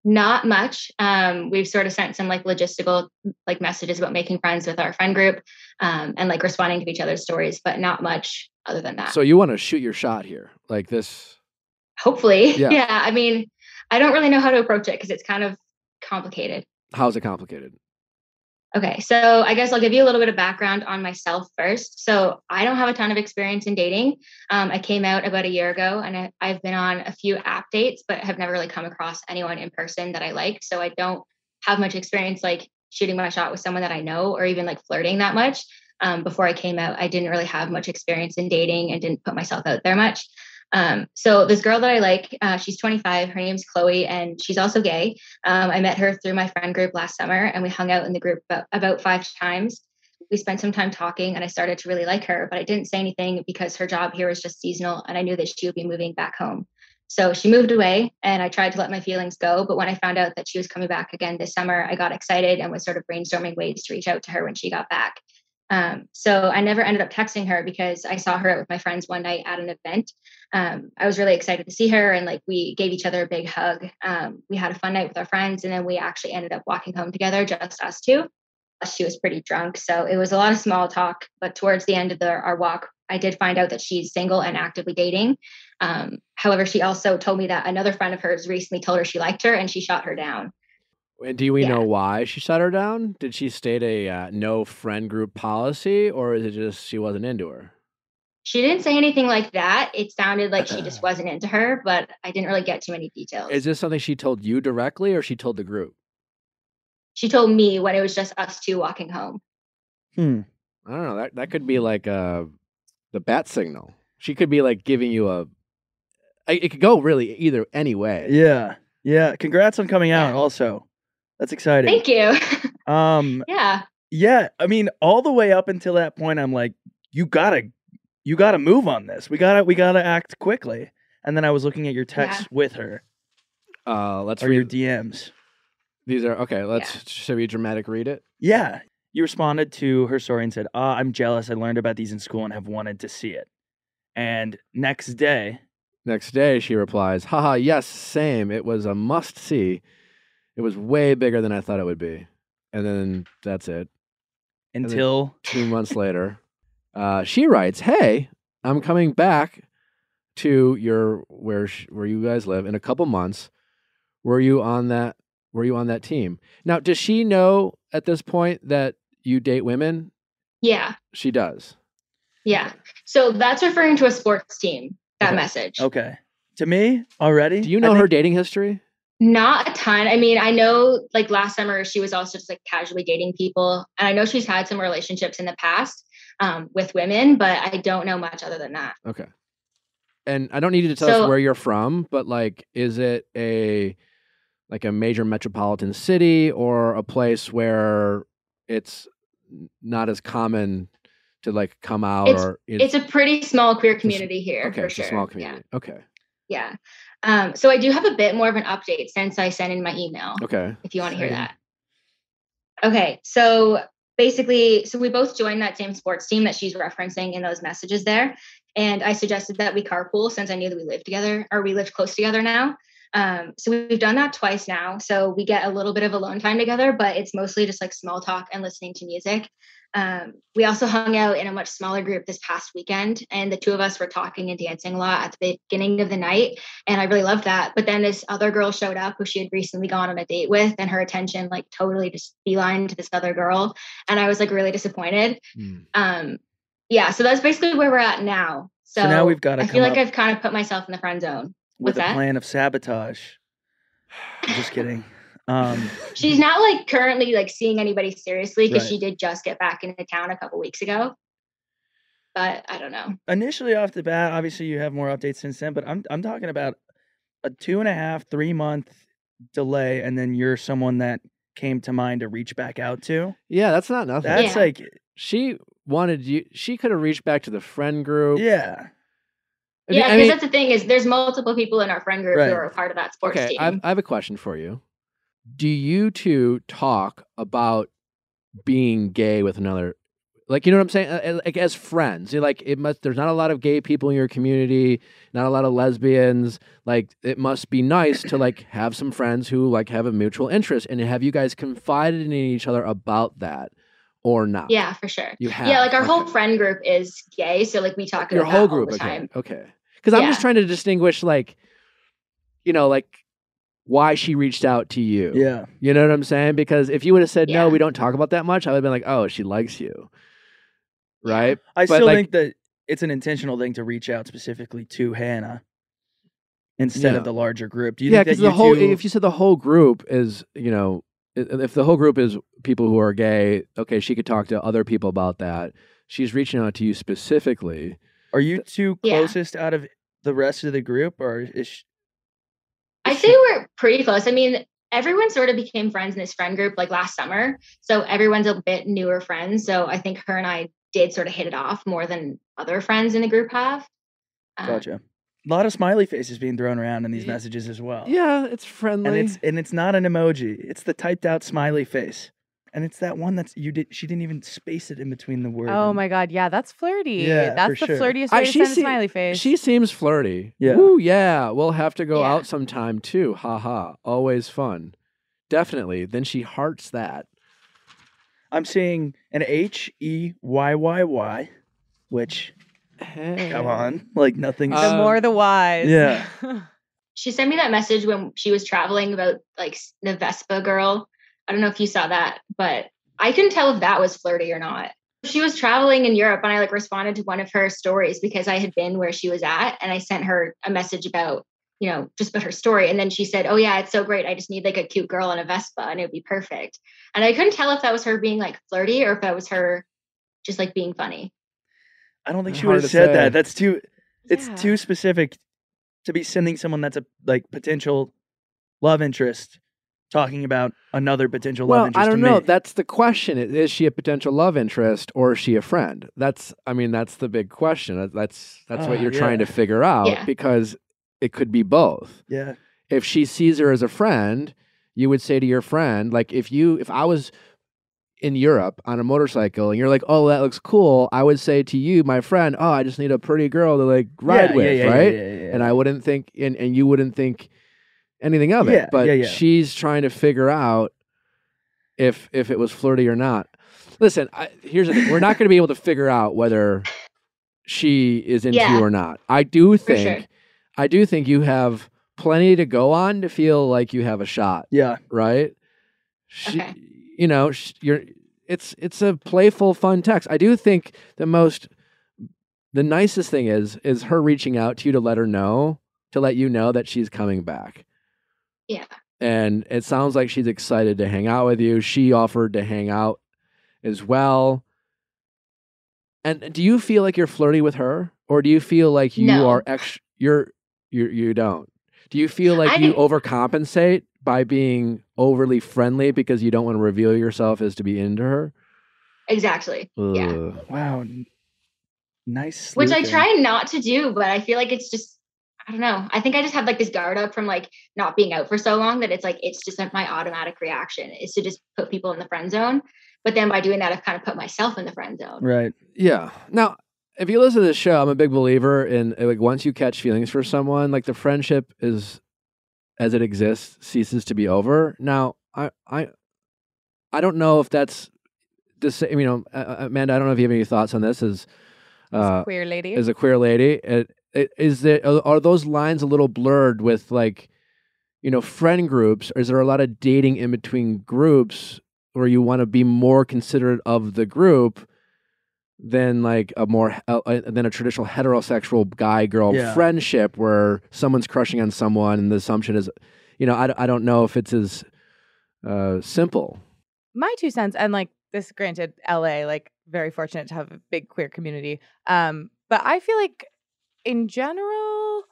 E: Not much. Um, we've sort of sent some like logistical like messages about making friends with our friend group um, and like responding to each other's stories, but not much other than that.
A: So you want to shoot your shot here, like this?
E: Hopefully,
A: Yeah.
E: yeah. I mean, I don't really know how to approach it because it's kind of complicated.
A: How's it complicated?
E: Okay, so I guess I'll give you a little bit of background on myself first. So I don't have a ton of experience in dating. Um, I came out about a year ago and I, I've been on a few app dates, but have never really come across anyone in person that I like. So I don't have much experience like shooting my shot with someone that I know or even like flirting that much. Um, before I came out, I didn't really have much experience in dating and didn't put myself out there much. Um, so this girl that I like, uh, she's 25. Her name's Chloe, and she's also gay. Um, I met her through my friend group last summer, and we hung out in the group about, about five times. We spent some time talking, and I started to really like her, but I didn't say anything because her job here was just seasonal, and I knew that she would be moving back home. So she moved away, and I tried to let my feelings go. But when I found out that she was coming back again this summer, I got excited and was sort of brainstorming ways to reach out to her when she got back. Um, so I never ended up texting her because I saw her out with my friends one night at an event, um, I was really excited to see her and like we gave each other a big hug. Um, we had a fun night with our friends and then we actually ended up walking home together, just us two. She was pretty drunk, so it was a lot of small talk. But towards the end of the, our walk, I did find out that she's single and actively dating. Um, however, she also told me that another friend of hers recently told her she liked her and she shot her down.
A: And do we
E: Yeah.
A: know why she shut her down? Did she state a uh, no friend group policy, or is it just she wasn't into her?
E: She didn't say anything like that. It sounded like she just wasn't into her, but I didn't really get too many details.
A: Is this something she told you directly, or she told the group?
E: She told me when it was just us two walking home.
D: Hmm.
A: I don't know. That that could be like uh the bat signal. She could be like giving you a. I- It could go really either any way.
D: Yeah. Yeah. Congrats on coming out.
E: Yeah.
D: Also, that's exciting.
E: Thank you.
D: Um.
E: yeah.
D: Yeah. I mean, all the way up until that point, I'm like, you gotta, you gotta move on this. We gotta, we gotta act quickly. And then I was looking at your
E: Yeah.
D: texts with her
A: Uh, let's
D: or your
A: read
D: DMs.
A: these are okay. Let's should we dramatic read it?
D: Yeah. You responded to her story and said, Ah, I'm jealous. I learned about these in school and have wanted to see it. And next day,
A: Next day, she replies, "Haha, yes, same. It was a must see. It was way bigger than I thought it would be." And then that's it. then-
D: until
A: Two months later, uh, she writes, "Hey, I'm coming back to your where sh- where you guys live in a couple months. Were you on that? Were you on that team? Now, does she know at this point that you date women?
E: Yeah.
A: She does.
E: Yeah. So that's referring to a sports team, that
A: Okay. Oh.
E: message.
D: okay. To me already.
A: Do you
D: I
A: know her
D: think-
A: dating history?
E: Not a ton. I mean, I know like last summer she was also just like casually dating people. And I know she's had some relationships in the past um, with women, but I don't know much other than that.
A: Okay. And I don't need you to tell us
E: So-
A: where you're from, but like, is it a like a major metropolitan city or a place where it's n- not as common to like come out
E: It's-
A: or
E: It's a pretty small queer community here.
A: okay,
E: for
A: it's
E: sure.
A: a small
E: Yeah.
A: community. Okay,
E: Yeah. Um, so I do have a bit more of an update since I sent in my email,
A: okay,
E: if you want to hear
D: Exciting.
E: that. Okay. So basically, so we both joined that same sports team that she's referencing in those messages there. And I suggested that we carpool since I knew that we lived together or we lived close together now. Um, so we've done that twice now. So we get a little bit of alone time together, but it's mostly just like small talk and listening to music. Um, we also hung out in a much smaller group this past weekend, and the two of us were talking and dancing a lot at the beginning of the night. And I really loved that. But then this other girl showed up who she had recently gone on a date with, and her attention like totally just beeline to this other girl. And I was like really disappointed.
A: Mm.
E: Um, yeah, so that's basically where we're at now. So,
D: So, now we've got to
E: I
D: come
E: feel like
D: up
E: I've kind of put myself in the friend zone.
D: with
E: what's
D: a
E: that?
D: plan of sabotage. I'm just kidding. Um,
E: She's not like currently like seeing anybody seriously because
D: Right.
E: she did just get back into town a couple weeks ago. But I don't know.
D: initially off the bat, obviously you have more updates since then, but I'm I'm talking about a two and a half, three month delay, and then you're someone that came to mind to reach back out to.
A: yeah. That's not nothing.
D: That's
E: Yeah.
D: like
A: she wanted you. She could have reached back to the friend group.
D: yeah.
A: I mean-
E: yeah,
A: I
E: because
A: mean-
E: that's the thing is there's multiple people in our friend group
D: Right.
E: who are a part of that sports
A: Okay,
E: team.
A: I've, I have a question for you. Do you two talk about being gay with another? Like, you know what I'm saying? Uh, uh, Like, as friends, you're like, it must. There's not a lot of gay people in your community. Not a lot of lesbians. Like, it must be nice to like have some friends who like have a mutual interest. And have you guys confided in each other about that or not?
E: yeah, for sure.
A: you have.
E: yeah, like our whole
A: okay.
E: friend group is gay, so like we talk
A: Your
E: about
A: whole
E: all
A: group
E: the
A: okay
E: time.
A: okay because i'm just
E: Yeah.
A: trying to distinguish like you know like why she reached out to you
D: Yeah.
A: you know what i'm saying because if you would have said no
E: Yeah.
A: we don't talk about that much i would have been like oh she likes you right
D: I
A: But,
D: still
A: like-
D: think that it's an intentional thing to reach out specifically to Hannah instead
A: Yeah.
D: of the larger group. Do you
A: yeah
D: think
A: because
D: that you
A: the whole
D: two-
A: if you said the whole group is you know i- if the whole group is people who are gay okay she could talk to other people about that she's reaching out to you specifically
D: are you two
E: Yeah.
D: closest out of the rest of the group, or is sh-
E: I'd say we're pretty close. I mean, everyone sort of became friends in this friend group like last summer. So everyone's a bit newer friends. So I think her and I did sort of hit it off more than other friends in the group have.
A: Uh
E: Um,
D: gotcha? A lot of smiley faces being thrown around in these
A: Ye-
D: messages as well.
A: yeah it's friendly
D: Oh. and it's and it's not an emoji. It's the typed out smiley face, and it's that one that's you did. She didn't even space it in between the words.
C: Oh my god, yeah, that's flirty.
D: Yeah, for
C: that's the
D: sure.
C: flirtiest
A: I-
C: way to
A: she
C: send a
A: se-
C: smiley face.
A: She seems flirty.
D: Yeah.
A: Woo, yeah. We'll have to go
E: Yeah.
A: out sometime too. Ha ha. Always fun. Definitely. Then she hearts that.
D: I'm seeing an H E Y Y Y, which
A: Hey.
C: Eh.
D: come on, like nothing's.
C: the
A: Uh,
C: more the wise.
D: yeah.
E: She sent me that message when she was traveling about like s- the Vespa girl. I don't know if you saw that, but I couldn't tell if that was flirty or not. She was traveling in Europe and I like responded to one of her stories because I had been where she was at and I sent her a message about, you know, just but her story. And then she said, Oh, yeah, it's so great. I just need like a cute girl in a Vespa and it would be perfect. And I couldn't tell if that was her being like flirty or if that was her just like being funny.
D: I don't think she
A: Hard
D: would have
A: to
D: said
A: say.
D: that. That's too. It's
C: Yeah.
D: too specific to be sending someone that's a like potential love interest talking about another potential
A: Well,
D: love interest.
A: I don't
D: to
A: know.
D: me.
A: That's the question. Is- Is she a potential love interest or is she a friend? That's, I mean, that's the big question. That- That's that's what
D: Ah,
A: you're trying
D: yeah.
A: to figure out
E: Yeah.
A: because it could be both.
D: yeah.
A: If she sees her as a friend, you would say to your friend, like, if you, if I was in Europe on a motorcycle and you're like, oh, that looks cool, I would say to you, my friend, oh, I just need a pretty girl to like ride
D: Yeah,
A: with,
D: yeah, yeah, yeah,
A: right?
D: yeah, yeah, yeah.
A: and I wouldn't think and, and you wouldn't think anything of it.
D: Yeah,
A: but
D: yeah, yeah.
A: she's trying to figure out if if it was flirty or not. Listen, I, here's the thing. we're not going to be able to figure out whether she is into
E: Yeah.
A: you or not. I do
E: For
A: think
E: sure.
A: I do think you have plenty to go on to feel like you have a shot,
D: yeah.
A: right? She,
E: Okay.
A: you know, sh you're it's it's a playful fun text. I do think the most the nicest thing is is her reaching out to you to let her know to let you know that she's coming back
E: Yeah.
A: and it sounds like she's excited to hang out with you she offered to hang out as well and do you feel like you're flirty with her or do you feel like you
E: No.
A: are ex you're you you don't do you feel like
E: I
A: you
E: think-
A: overcompensate by being overly friendly because you don't want to reveal yourself as to be into her
E: Exactly. Yeah.
A: Ugh.
D: Wow. n- Nice.
E: which I
D: sleuthing.
E: try not to do, but I feel like it's just I don't know. I think I just have like this guard up from like not being out for so long that it's like it's just like my automatic reaction is to just put people in the friend zone. But then by doing that, I've kind of put myself in the friend zone.
D: Right.
A: Yeah. Now, if you listen to this show, I'm a big believer in uh, like once you catch feelings for someone, like the friendship is as it exists ceases to be over. Now, I I I don't know if that's the same. You know, uh, uh, Amanda, I don't know if you have any thoughts on this. As uh,
C: queer lady.
A: as a queer lady, it, it, is there are are those lines a little blurred with like you know friend groups? Or is there a lot of dating in between groups where you want to be more considerate of the group? than like a more uh, uh, than a traditional heterosexual guy girl
D: Yeah.
A: friendship where someone's crushing on someone and the assumption is you know I, d- I don't know if it's as uh, simple
C: my two cents and like this granted la like very fortunate to have a big queer community um but i feel like in general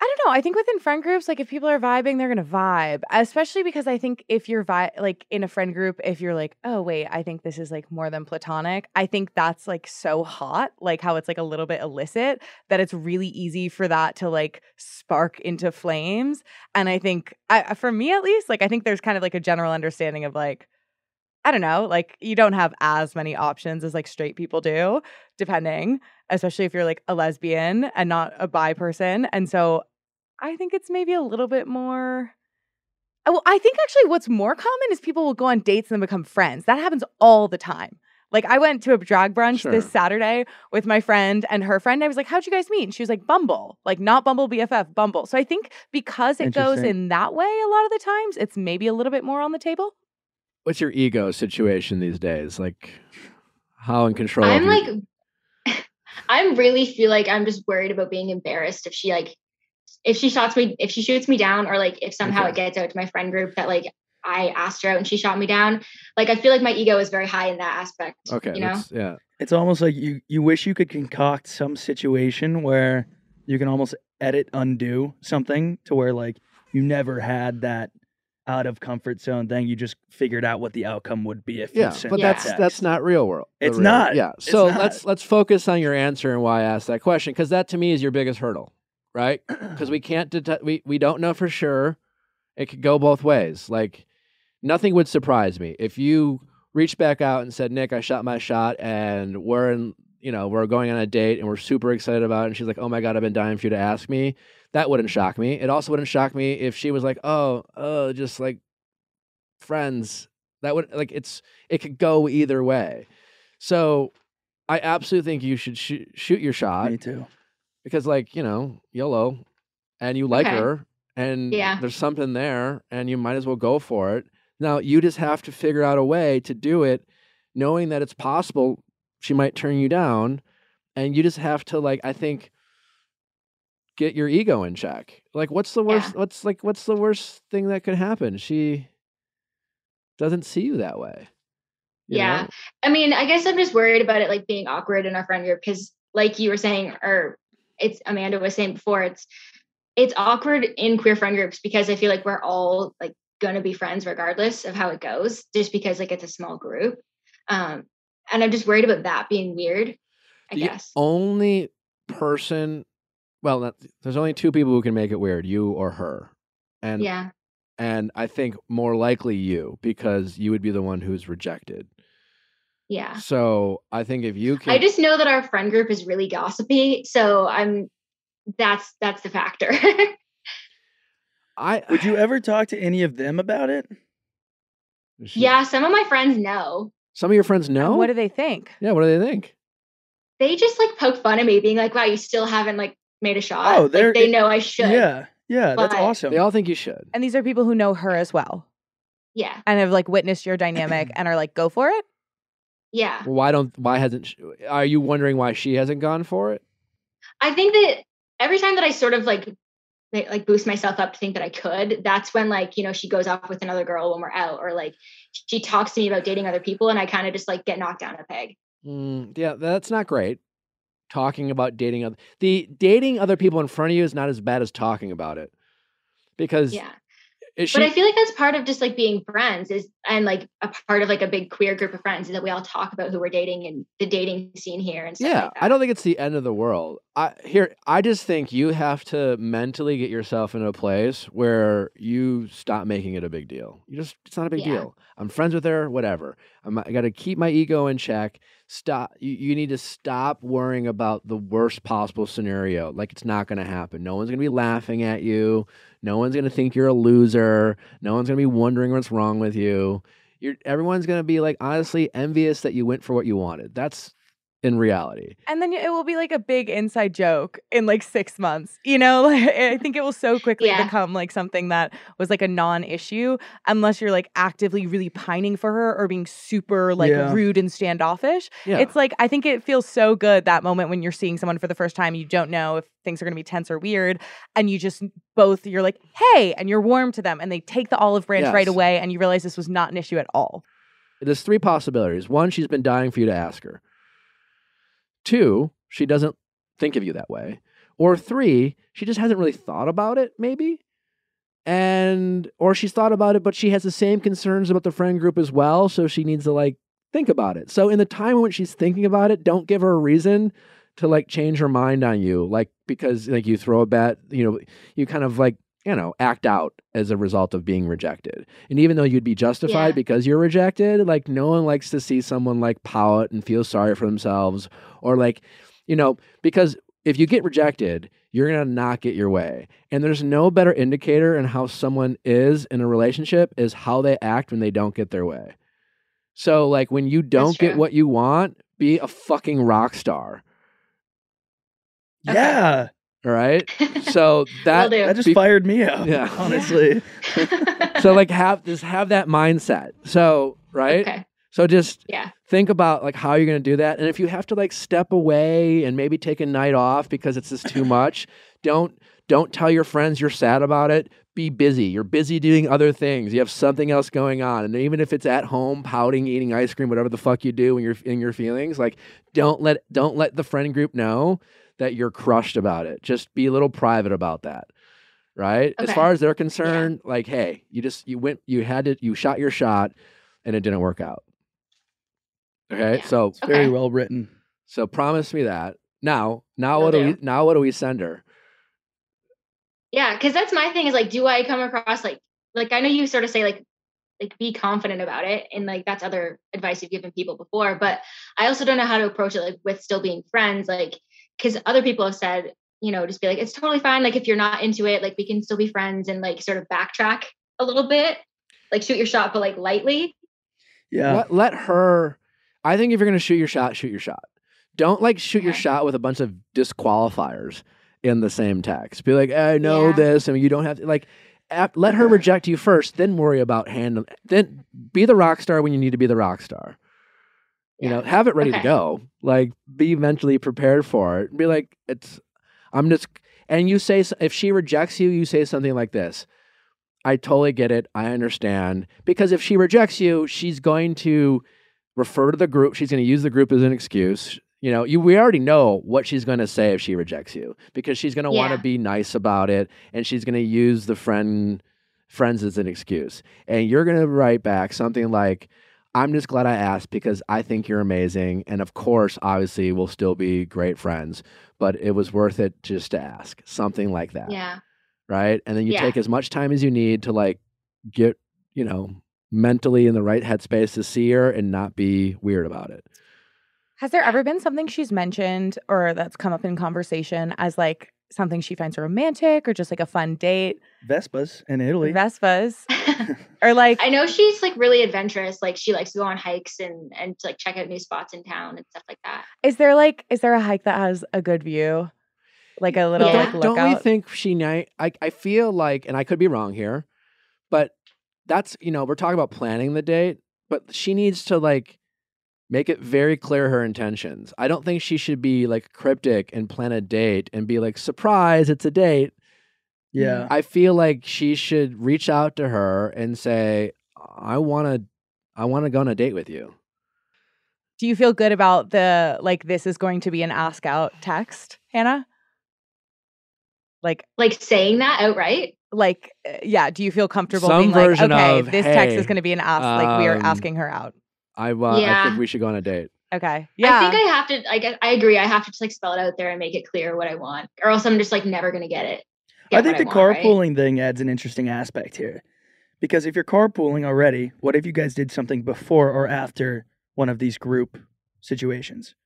C: i don't know i think within friend groups like if people are vibing they're gonna vibe especially because i think if you're vi- like in a friend group if you're like oh wait i think this is like more than platonic i think that's like so hot like how it's like a little bit illicit that it's really easy for that to like spark into flames and I think, I, I- for me at least, like I think there's kind of like a general understanding of like, I don't know, like you don't have as many options as like straight people do, depending, especially if you're like a lesbian and not a bi person. And so I think it's maybe a little bit more. Oh, Well, I think actually what's more common is people will go on dates and then become friends. That happens all the time. Like I went to a drag brunch
A: Sure.
C: this Saturday with my friend and her friend. I was like, "How'd you guys meet?" And she was like, "Bumble." Like not Bumble BFF, Bumble. So I think because it goes
D: Interesting.
C: in that way a lot of the times, it's maybe a little bit more on the table.
A: what's your ego situation these days like how in control of
E: I'm
A: your-
E: like I'm really feel like I'm just worried about being embarrassed if she like if she shots me if she shoots me down or like if somehow
A: Okay.
E: it gets out to my friend group that like I asked her out and she shot me down. Like I feel like my ego is very high in that aspect.
A: okay
E: You know?
A: that's- yeah
D: It's almost like you you wish you could concoct some situation where you can almost edit undo something to where like you never had that out of comfort zone thing. You just figured out what the outcome would be if
A: yeah
D: you sent
A: but
D: that
A: that's
D: text.
A: that's not real world the
D: It's
A: real-
D: not.
A: yeah
D: It's
A: so
D: not.
A: let's let's focus on your answer and why i asked that question because that to me is your biggest hurdle right because we can't detect we, we don't know for sure it could go both ways like nothing would surprise me if you reached back out and said nick i shot my shot and we're in you know we're going on a date and we're super excited about it and she's like oh my god i've been dying for you to ask me that wouldn't shock me it also wouldn't shock me if she was like oh oh just like friends that would like it's it could go either way so i absolutely think you should shoo- shoot your shot
D: Me too.
A: because like you know YOLO, and you like
E: Okay.
A: her, and
E: Yeah.
A: there's something there, and you might as well go for it. Now you just have to figure out a way to do it, knowing that it's possible she might turn you down, and you just have to like I think get your ego in check. Like what's the worst what's like what's the worst thing that could happen? She doesn't see you that way. you
E: Yeah.
A: know?
E: I mean, I guess I'm just worried about it like being awkward in our friend group because, like you were saying, or it's Amanda was saying before, it's it's awkward in queer friend groups because I feel like we're all like gonna be friends regardless of how it goes, just because like it's a small group. Um, and I'm just worried about that being weird. I
A: The
E: guess.
A: Only person well, not, there's only two people who can make it weird, you or her. And
E: yeah.
A: and I think more likely you because you would be the one who's rejected.
E: Yeah.
A: So, I think if you can
E: I just know that our friend group is really gossipy, so I'm that's that's the factor.
A: I
D: Would you ever talk to any of them about it?
A: She-
E: yeah, some of my friends know.
A: Some of your friends know?
C: What do they think?
A: yeah, what do they think?
E: They just like poke fun at me, being like, "Wow, you still haven't like made a shot."
D: Oh,
E: Like,
D: they're-
E: they know I should.
D: Yeah, yeah, that's
E: But-
D: awesome.
A: They all think you should.
C: And these are people who know her as well
E: yeah,
C: and have like witnessed your dynamic and are like, go for it.
E: yeah.
A: Well, why don't why hasn't she, are you wondering why she hasn't gone for it?
E: I think that every time that I sort of like like like boost myself up to think that I could, that's when like you know she goes off with another girl when we're out, or like she talks to me about dating other people, and I kind of just like get knocked down a peg.
A: Mm, yeah, that's not great. Talking about dating other the dating other people in front of you is not as bad as talking about it. Because
E: Yeah.
A: is she
E: but I feel like that's part of just like being friends is and like a part of like a big queer group of friends is that we all talk about who we're dating and the dating scene here and stuff
A: Yeah,
E: like that.
A: I don't think it's the end of the world. I here I just think you have to mentally get yourself in a place where you stop making it a big deal. You just it's not a big
E: Yeah.
A: deal. I'm friends with her, whatever. I'm, I got to keep my ego in check. Stop you, you need to stop worrying about the worst possible scenario. Like it's not going to happen. No one's going to be laughing at you. No one's going to think you're a loser. No one's going to be wondering what's wrong with you. You're, everyone's going to be like honestly envious that you went for what you wanted. That's in reality.
C: And then it will be like a big inside joke in like six months. You know, like, I think it will so quickly
E: Yeah.
C: become like something that was like a non issue unless you're like actively really pining for her or being super like
D: Yeah.
C: rude and standoffish.
A: Yeah.
C: It's like, I think it feels so good that moment when you're seeing someone for the first time. You don't know if things are going to be tense or weird. And you just both, you're like, hey, and you're warm to them. And they take the olive branch right
A: Yes.
C: away. And you realize this was not an issue at all.
A: There's three possibilities. One, she's been dying for you to ask her. Two, she doesn't think of you that way. Or three, she just hasn't really thought about it, maybe. And or she's thought about it, but she has the same concerns about the friend group as well, so she needs to like think about it. So in the time when she's thinking about it, don't give her a reason to like change her mind on you, like because like you throw a bet, you know, you kind of like you know act out as a result of being rejected. And even though you'd be justified
E: Yeah.
A: because you're rejected, like no one likes to see someone like pout and feel sorry for themselves or like you know because if you get rejected, you're going to not get your way. And there's no better indicator in how someone is in a relationship is how they act when they don't get their way. So like when you don't get
E: true.
A: what you want, be a fucking rock star,
E: Okay.
D: Yeah,
A: all right? So that
E: do.
D: that just
A: Be-
D: fired me up.
A: Yeah.
D: honestly.
A: so like have just have that mindset. So, right?
E: Okay.
A: So just
E: Yeah.
A: think about like how you're going to do that and if you have to like step away and maybe take a night off because it's just too much, don't don't tell your friends you're sad about it. Be busy. You're busy doing other things. You have something else going on. And even if it's at home pouting, eating ice cream, whatever the fuck you do when you're in your feelings, like don't let don't let the friend group know that you're crushed about it. Just be a little private about that right? As
E: Okay.
A: far as they're concerned, like, hey, you just you went, you had to, you shot your shot, and it didn't work out. Okay,
E: Yeah.
A: so
E: Okay.
D: Very well written.
A: so promise me that now. Now
E: Will
A: what do
E: do.
A: we? Now what do we send her?
E: yeah, because that's my thing is like, do I come across like like I know you sort of say like like be confident about it and like that's other advice you've given people before but i also don't know how to approach it like with still being friends like because other people have said you know just be like it's totally fine like if you're not into it like we can still be friends and like sort of backtrack a little bit like shoot your shot but like lightly
D: Yeah,
A: Let, let her. I think if you're gonna shoot your shot, shoot your shot. Don't like shoot your
E: Okay.
A: shot with a bunch of disqualifiers in the same text. Be like, I know
E: Yeah.
A: this, and you don't have to like. ap- Let her reject you first, then worry about handling. Then be the rock star when you need to be the rock star. you know have it ready to
E: Okay.
A: go like be mentally prepared for it be like it's i'm just And you say, s- if she rejects you, you say something like this I totally get it. I understand. Because if she rejects you, she's going to refer to the group. She's going to use the group as an excuse. You know, you, we already know what she's going to say if she rejects you because she's going to want to
E: Yeah.
A: be nice about it and she's going to use the friend friends as an excuse. And you're going to write back something like, I'm just glad I asked because I think you're amazing. And of course, obviously, we'll still be great friends, but it was worth it just to ask something like that.
E: Yeah.
A: Right. And then you
E: Yeah.
A: take as much time as you need to like get, you know, mentally in the right headspace to see her and not be weird about it.
C: Has there ever been something she's mentioned or that's come up in conversation as like something she finds romantic or just like a fun date?
D: Vespas in Italy.
C: Vespas or like
E: I know she's like really adventurous. Like she likes to go on hikes and and to, like check out new spots in town and stuff like that.
C: is there like is there a hike that has a good view? Like a little
E: Yeah.
C: like
A: don't, don't we
C: lookout.
A: think she might? I, I feel like, and I could be wrong here, but that's, you know, we're talking about planning the date, but she needs to like make it very clear her intentions. I don't think she should be like cryptic and plan a date and be like, surprise, it's a date.
D: yeah.
A: I feel like she should reach out to her and say, I want to, I want to go on a date with you.
C: Do you feel good about the like this is going to be an ask out text, Hannah? Like
E: Like saying that outright.
C: like uh, yeah, do you feel comfortable
A: Some
C: being like
A: version
C: okay,
A: of,
C: this text is
A: "Hey,
C: going to be an ask like we are
A: um,
C: asking her out.
A: I, uh, I
E: Yeah.
A: think we should go on a date.
C: Okay. Yeah.
E: I think I have to. I guess I agree. I have to just like spell it out there and make it clear what I want, or else I'm just like never gonna get it.
D: I
E: get
D: think the
E: what want, right?
D: carpooling thing adds an interesting aspect here. Because if you're carpooling already, what if you guys did something before or after one of these group situations?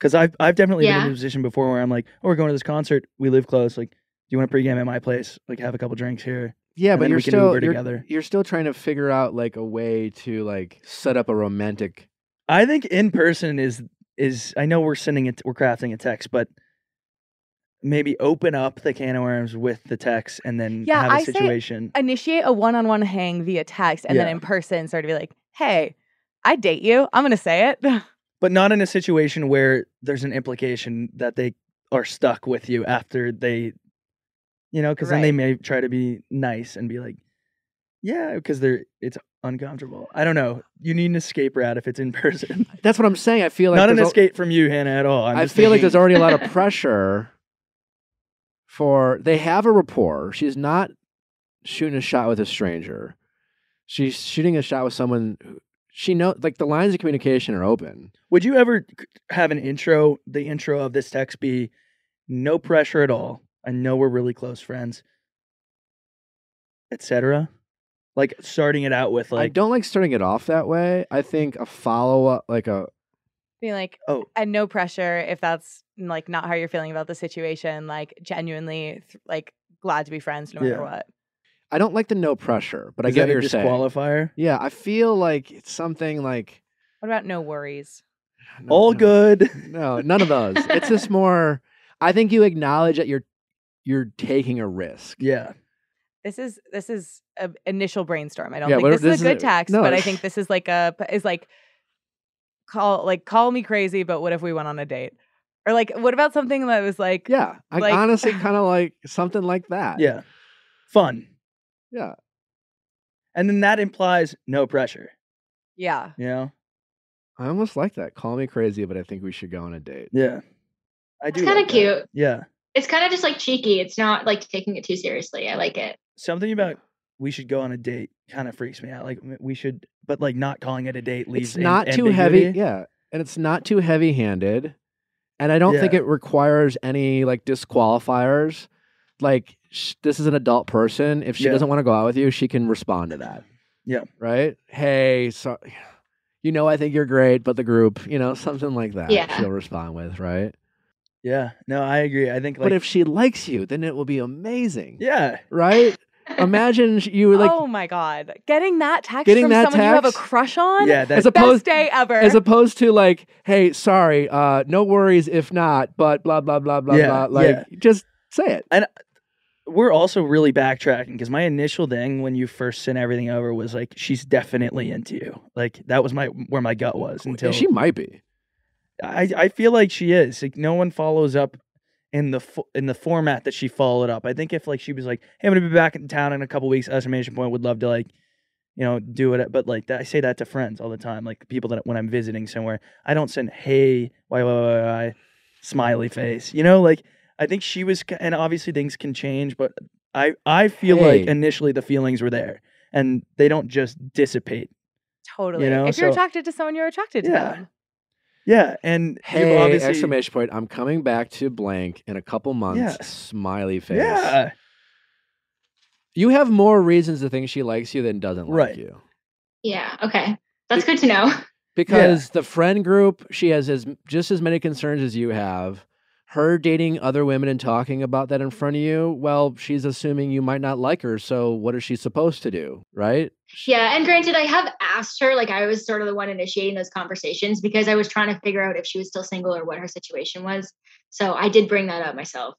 D: Because I've, I've definitely been in
E: Yeah.
D: a position before where I'm like, oh, we're going to this concert. We live close. Like, do you want to pregame at my place? Like, have a couple drinks here.
A: Yeah,
D: And
A: but
D: then
A: you're
D: we can
A: still
D: Uber
A: you're-
D: together.
A: you're still trying to figure out like a way to like set up a romantic
D: I think in person is is I know we're sending it, we're crafting a text, but maybe open up the can of worms with the text and then
C: Yeah,
D: have a
C: I say-
D: situation.
C: initiate a one-on-one hang via text and then
D: Yeah.
C: in person sort of be like, "Hey, I date you. I'm going to say it."
D: but not in a situation where there's an implication that they are stuck with you after they you know because then they
C: Right.
D: may try to be nice and be like yeah because they're it's uncomfortable i don't know you need an escape route if it's in person
A: That's what I'm saying. I feel like
D: not an
A: there's al-
D: escape from you hannah at all I'm
A: I
D: just
A: feel like
D: thinking-
A: there's already a lot of pressure for they have a rapport. She's not shooting a shot with a stranger. She's shooting a shot with someone who- she know like the lines of communication are open.
D: would you ever c- have an intro the intro of this text be no pressure at all i know we're really close friends etc like starting it out with
A: I
D: like
A: don't like starting it off that way. I think a follow up like a
C: Be like,
D: oh
C: and no pressure if that's like not how you're feeling about the situation. Like genuinely, th- like glad to be friends no matter
D: Yeah.
C: what.
A: I don't like the no pressure, but I
D: is
A: get
D: that
A: what
D: a
A: you're saying.
D: disqualifier
A: Yeah, I feel like it's something like
C: What about no worries?
A: no,
D: all
A: no.
D: good
A: No, none of those. it's just more I think you acknowledge that you're you're taking a risk.
D: Yeah.
C: This is this is a initial brainstorm. I don't
A: Yeah,
C: think
A: what-
C: this,
A: this
C: is
A: is
C: a good
A: a-
C: text,
A: no,
C: but I
A: it's-
C: think this is like a p- is like call like call me crazy, but what if we went on a date? Or like, what about something that was like,
A: Yeah, I
C: Like-
A: honestly kind of like something like that.
D: Yeah. Fun.
A: Yeah.
D: And then that implies no pressure,
C: yeah,
D: you know?
A: I almost like that. Call me crazy, but I think we should go on a date.
D: Yeah. I do.
E: It's kind
D: like
E: of
D: that.
E: cute.
D: Yeah.
E: It's kind of just like cheeky. It's not like taking it too seriously. I like it.
D: Something about we should go on a date kind of freaks me out. Like we should, but like not calling it a date leaves
A: It's
D: am-
A: not too heavy.
D: ambiguity.
A: Yeah. And it's not too heavy handed. And I don't think
D: Yeah.
A: it requires any like disqualifiers. Like, sh- this is an adult person. If she
D: Yeah.
A: doesn't want to go out with you, she can respond to that.
D: Yeah.
A: Right? Hey, so, you know, I think you're great, but the group, you know, something like that.
E: Yeah.
A: She'll respond with, right?
D: Yeah. No, I agree. I think like,
A: but if she likes you, then it will be amazing.
D: yeah,
A: Right? Imagine sh- you were like,
C: oh my god, getting that text
A: Getting
C: from
A: that
C: someone you have a
A: text?
C: crush on,
D: yeah, that,
A: as opposed
C: best day ever.
A: as opposed to like, hey, sorry, uh, no worries if not, but blah blah blah blah
D: Yeah,
A: blah. Like, just say it.
D: we're also really backtracking because my initial thing when you first sent everything over was like, she's definitely into you. Like that was my, where my gut was until
A: she might be.
D: I, I feel like she is. Like no one follows up in the fo- in the format that she followed up. I think if like she was like, "Hey, I'm gonna be back in town in a couple weeks," estimation point would love to like, you know, do it. But like that, I say that to friends all the time, like people that when I'm visiting somewhere, I don't send "Hey, why, why, why, why," smiley face. You know, like I think she was, ki- and obviously things can change, but I I feel
A: Hey.
D: like initially the feelings were there, and they don't just dissipate.
C: Totally.
D: know,
C: if you're
D: so-
C: attracted to someone, you're attracted to
D: Yeah.
C: them.
D: Yeah, and you've
A: Hey,
D: obviously-
A: exclamation point. I'm coming back to blank in a couple months.
D: Yes.
A: Smiley face.
D: Yeah,
A: You have more reasons to think she likes you than doesn't like
D: Right.
A: you.
E: Yeah. Okay. That's good to know.
A: Because the friend group, she has as just as many concerns as you have. Her dating other women and talking about that in front of you, well, she's assuming you might not like her, so what is she supposed to do, right?
E: Yeah. And granted, I have asked her, like, I was sort of the one initiating those conversations because I was trying to figure out if she was still single or what her situation was. So I did bring that up myself.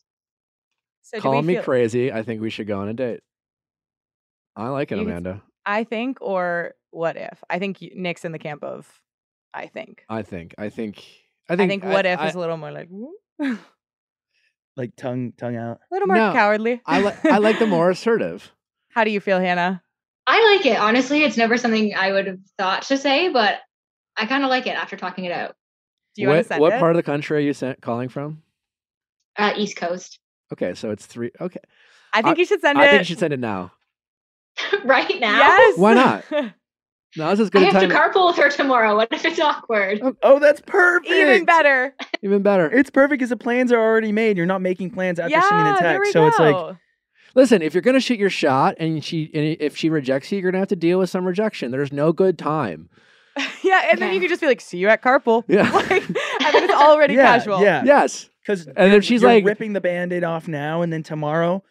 C: So do
A: Call
C: we
A: me
C: feel-
A: crazy. I think we should go on a date. I like it,
C: You can-
A: Amanda.
C: I think or what if? I think you, Nick's in the camp of I think.
A: I think. I think. I
C: I think,
A: think.
C: what if
A: I,
C: is a little more like "Ooh," a
D: like tongue tongue out.
C: little more
A: No,
C: cowardly.
A: I, li- I like the more assertive.
C: How do you feel, Hannah?
E: I like it. Honestly, it's never something I would have thought to say, but I kind of like it after talking it out.
C: Do you
A: what,
C: want to send
A: what
C: it?
A: part of the country are you sent, calling from?
E: Uh, East Coast,
A: Okay, so it's three. Okay,
C: I think you should send
A: I
C: it
A: think you should send it now.
E: right now.
C: Yes.
A: Why not? Now is as
E: I
A: good a
E: have
A: time.
E: to carpool with her tomorrow. What if it's awkward?
D: Oh, that's perfect.
C: Even better.
A: Even better.
D: It's perfect because the plans are already made. You're not making plans after
C: yeah,
D: seeing the
C: there
D: text.
C: we
D: So it's like,
C: go.
A: Listen, if you're gonna shoot your shot, and she, and if she rejects you, you're gonna have to deal with some rejection. There's no good time.
C: yeah, and then you
E: Okay.
C: can just be like, "See you at carpool."
A: Yeah.
C: like, and then it's already
D: yeah,
C: casual.
D: Yeah.
A: Yes.
D: Because and
A: then she's like-
D: ripping the band aid off now, and then tomorrow,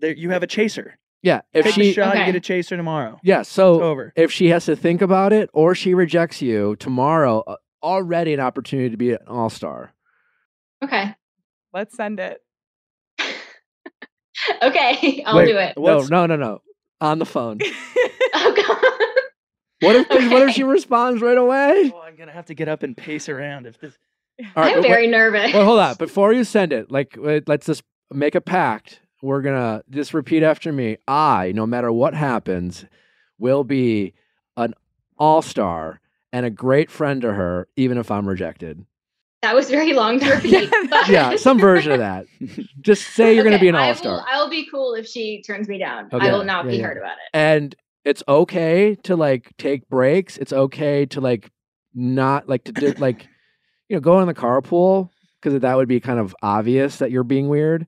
D: there you have a chaser.
A: Yeah. If
D: Take the
A: she.
D: shot, you
E: Okay.
D: get a chaser tomorrow.
A: Yeah.
D: It's
A: So
D: over.
A: if she has to think about it, or she rejects you tomorrow, uh, already an opportunity to be an all star.
E: Okay.
C: Let's send it.
E: Okay. I'll
A: Wait,
E: do it.
A: No,
D: What's-
A: no, no, no. On the phone.
E: Oh, God.
A: What if 'cause what if she
E: Okay.
A: responds right away?
D: Oh, I'm gonna have to get up and pace around if this.
A: All
E: I'm
A: but wait-
E: very nervous.
A: Well, hold on. Before you send it, like, wait, let's just make a pact. We're gonna just repeat after me. I, no matter what happens, will be an all-star and a great friend to her, even if I'm rejected.
E: That was very long to repeat. but-
A: Yeah, some version of that. Just say you're gonna
E: Okay,
A: be an
E: I will-
A: all-star,
E: I will be cool if she turns me down.
A: Okay.
E: I will not
A: Yeah,
E: be
A: yeah.
E: hurt about it.
A: and it's okay to like take breaks. It's okay to like not like to di- like you know go in the carpool because that would be kind of obvious that you're being weird.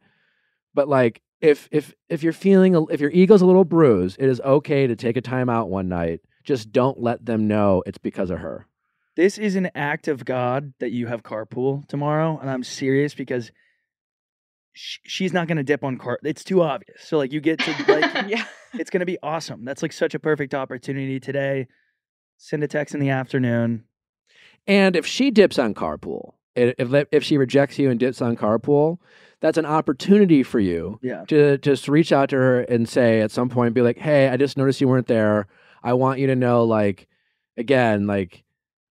A: But like if if if you're feeling a- if your ego's a little bruised, it is okay to take a time out one night. Just don't let them know it's because of her.
D: This is an act of God that you have carpool tomorrow, and I'm serious because sh- she's not gonna dip on car. It's too obvious. So like, you get to like
C: yeah.
D: it's going to be awesome. That's like such a perfect opportunity today. Send a text in the afternoon.
A: And if she dips on carpool, i- if le- if she rejects you and dips on carpool, that's an opportunity for you
D: Yeah.
A: to just reach out to her and say at some point, be like, "Hey, I just noticed you weren't there. I want you to know, like, again, like,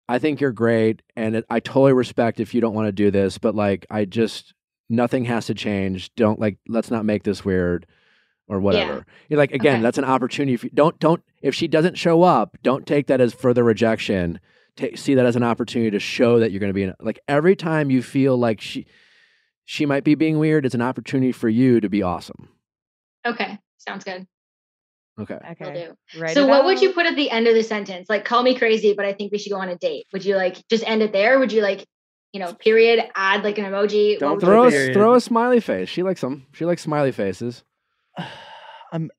A: I think you're great, and it, I totally respect if you don't want to do this, but like, I just nothing has to change. Don't like, let's not make this weird." Or whatever. You're like again,
E: Okay.
A: that's an opportunity. For you. Don't don't if she doesn't show up, don't take that as further rejection ta see that as an opportunity to show that you're going to be in, like every time you feel like she she might be being weird it's an opportunity for you to be awesome
E: Okay. Sounds good.
A: okay
E: Will
C: Okay.
E: do.
C: Write
E: so
C: it
E: what would you
C: out.
E: put at the end of the sentence? Like call me crazy, but I think we should go on a date. Would you like just end it there? Would you like, you know, period, add like an emoji?
D: Don't
E: What would
A: throw
E: you
A: a,
E: do?
D: Period.
A: throw a smiley face she likes them she likes smiley faces
D: I'm,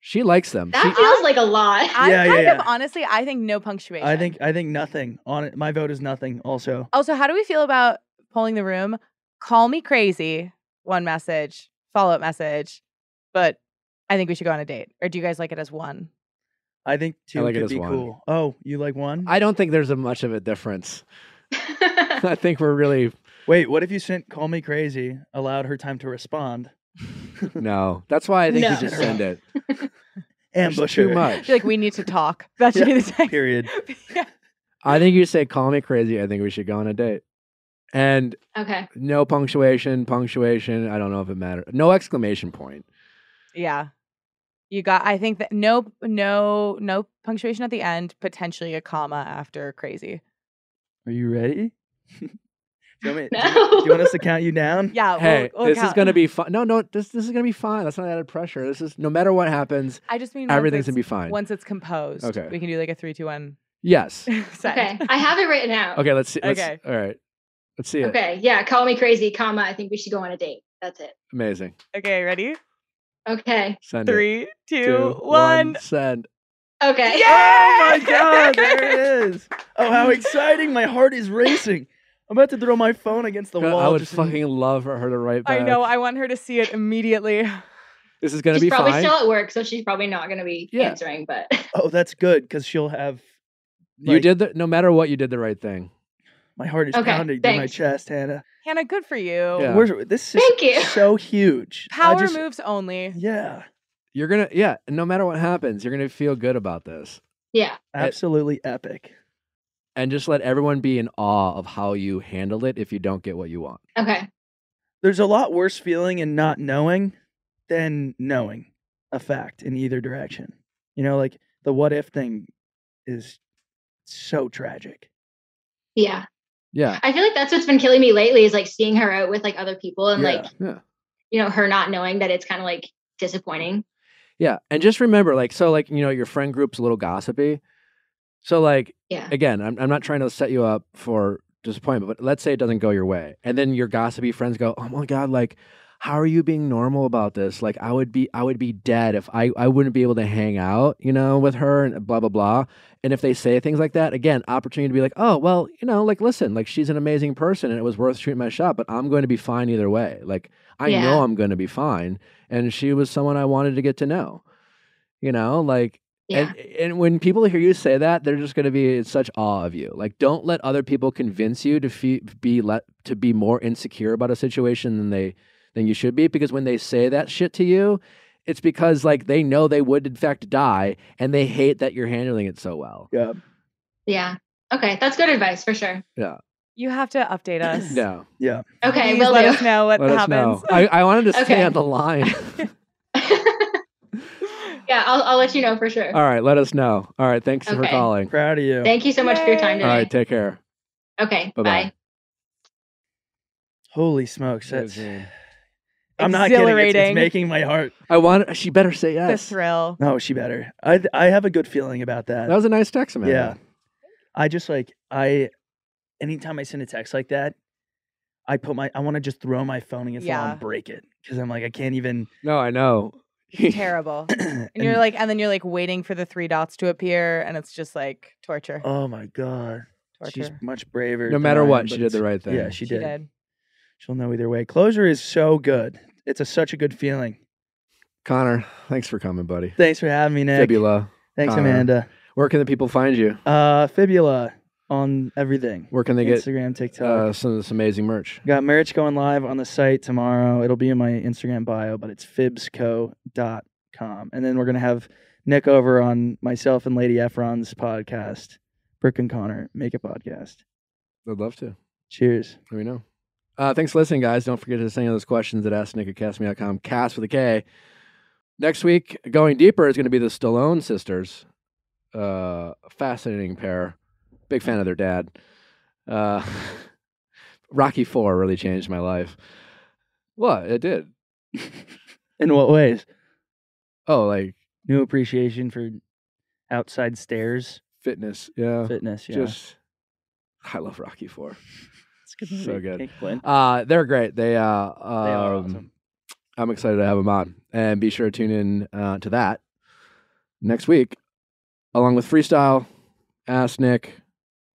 A: she likes them
E: That
A: she,
E: feels like a lot.
C: I'm
D: Yeah,
C: kind
D: yeah,
C: of
D: yeah.
C: honestly, I think no punctuation.
D: I think I think nothing on it. My vote is nothing. Also,
C: Also, how do we feel about polling the room? Call me crazy. One message, follow up message, but I think we should go on a date. Or do you guys like it as one?
D: I think two
A: like it
D: could
A: as
D: be
A: one.
D: cool. Oh, you like one?
A: i don't think there's a much of a difference i think we're really
D: Wait, what if you sent "Call Me Crazy" allowed her time to respond?
A: no that's why i think you
E: No.
A: just send it There's
D: Ambush
A: too
D: her.
C: I
A: much
C: feel like we need to talk. That should be the text.
D: Period.
C: Yeah.
A: i think you say call me crazy i think we should go on a date And
E: Okay.
A: no punctuation, punctuation. I don't know if it matters. No exclamation point.
C: Yeah. You got I think that no no no punctuation at the end, potentially a comma after crazy.
D: Are you ready? do, you want me- do you- do you
E: No.
D: want us to count you down?
C: Yeah,
A: Hey,
C: Uh, we'll- oh, we'll
A: this is
C: count.
A: gonna be fine. No, no, this this is gonna be fine. That's not added pressure. This is no matter what happens,
C: I just mean once
A: everything's
C: it's-
A: gonna be fine.
C: once it's composed.
A: Okay.
C: We can do like a three, two, one
A: Yes.
C: send.
E: Okay. I have it written out.
A: Okay, let's see. Let's,
C: Okay.
A: All right. Let's see it.
E: Okay. Yeah. Call me crazy, comma. I think we should go on a date. That's it.
A: Amazing.
C: Okay, ready?
E: Okay.
A: Send it.
C: Three, two,
A: Two,
C: one.
A: one, Send.
E: Okay.
D: Oh my god, there it is. Oh, how exciting. My heart is racing. I'm about to throw my phone against the
A: God,
D: wall.
A: I would
D: just in-
A: fucking love for her to write back.
C: I know. I want her to see it immediately.
A: This is gonna
E: She's
A: be
E: probably
A: fine.
E: still at work, so she's probably not going to be
A: Yeah.
E: answering. But
D: Oh, that's good because she'll have.
A: you
D: like,
A: did the. No matter what, you did the right thing.
D: My heart is
E: Okay,
D: pounding through my
E: thanks.
D: chest, Hannah.
C: Hannah, good for you.
A: Yeah.
D: Where's, this is
E: Thank you.
D: so huge. I
C: Power
D: just-
C: moves only.
D: Yeah,
A: You're gonna. Yeah. No matter what happens, you're gonna feel good about this,
E: yeah.
D: absolutely epic.
A: and just let everyone be in awe of how you handled it. If you don't get what you want,
E: Okay.
D: There's a lot worse feeling in not knowing than knowing a fact in either direction. You know, like the what if thing is so tragic.
E: Yeah.
A: yeah.
E: I feel like that's what's been killing me lately is like seeing her out with like other people and
D: Yeah.
E: like,
A: Yeah.
E: you know, her not knowing that it's kind of like disappointing.
A: Yeah. And just remember, like, so, like, you know, your friend group's a little gossipy. So, like,
E: Yeah.
A: again, I'm, I'm not trying to set you up for disappointment, but let's say it doesn't go your way. And then your gossipy friends go, oh my God, like, how are you being normal about this? Like, I would be, I would be dead if I, I wouldn't be able to hang out, you know, with her and blah, blah, blah. And if they say things like that, again, opportunity to be like, oh, well, you know, like, listen, like, she's an amazing person and it was worth shooting my shot, but I'm going to be fine either way. Like, I
E: Yeah.
A: know I'm going to be fine. And she was someone I wanted to get to know you know like
E: Yeah.
A: and, and when people hear you say that they're just going to be in such awe of you like don't let other people convince you to fe- be let to be more insecure about a situation than they than you should be because when they say that shit to you it's because like they know they would in fact die and they hate that you're handling it so well
D: Yeah.
E: Yeah. Okay. That's good advice for sure.
C: You have to update us.
A: no
E: Okay.
C: Please
E: Will
C: let
E: do.
C: us know what
A: let us
C: happens.
A: know I, I wanted to stay
E: Okay.
A: on the line
E: yeah. I'll, I'll let you know for sure.
A: all right let us know all right thanks for
E: Okay.
A: calling
D: Proud of you.
E: Thank you so much for your time
C: Yay.
E: today.
A: all right take care
E: Okay.
A: Bye-bye.
E: Bye.
D: Holy smokes. That's,
A: Amazing.
D: I'm not kidding. It's, it's
C: Exhilarating.
D: making my heart.
A: i want she better say
C: The
A: yes
C: thrill.
D: No, she better. I th- I have a good feeling about that.
A: that was a nice text man
D: yeah. I just like I anytime I send a text like that, I put my I want to just throw my phone against the wall
C: Yeah.
D: and break it cuz I'm like I can't even
A: no i know
C: Terrible.
D: and,
C: And you're like, and then you're like waiting for the three dots to appear, and it's just like torture.
D: oh my god.
C: torture.
D: She's much braver.
A: no
D: than I
A: matter
D: am,
A: what,
D: but
A: she did the
D: it's-
A: right thing.
D: Yeah, she
C: she
D: did.
C: did.
D: She'll know either way. Closure is so good. It's a, such a good feeling.
A: Connor, thanks for coming, buddy.
D: Thanks for having me, Nick.
A: Fibula, uh
D: Thanks,
A: Connor.
D: Amanda.
A: where can the people find you?
D: Uh, Fibula on everything.
A: Where can they get
D: Instagram, TikTok.
A: uh, some of this amazing merch?
D: Got merch going live on the site tomorrow. It'll be in my Instagram bio, but it's fibsco.com. And then we're going to have Nick over on myself and Lady Efron's podcast, Brooke and Connor Make a Podcast.
A: I'd love to.
D: Cheers.
A: Let me know. Uh, thanks for listening, guys. Don't forget to send those questions at AskNickAtCastMe.com, cast with a K. Next week, going deeper is going to be the Stallone sisters. Uh, fascinating pair. Big fan of their dad. Uh, Rocky Four really changed my life. What it did?
D: In what ways?
A: Oh, like
D: New appreciation for outside stairs,
A: fitness. Yeah.
D: fitness. Yeah.
A: Oh, Just I love Rocky Four.
D: it's good
A: so good.
D: Thanks, Glenn.
A: Uh, they're great. They uh,
D: They are
A: um,
D: awesome.
A: I'm excited to have them on, and be sure to tune in uh, to that next week, along with freestyle, ask Nick,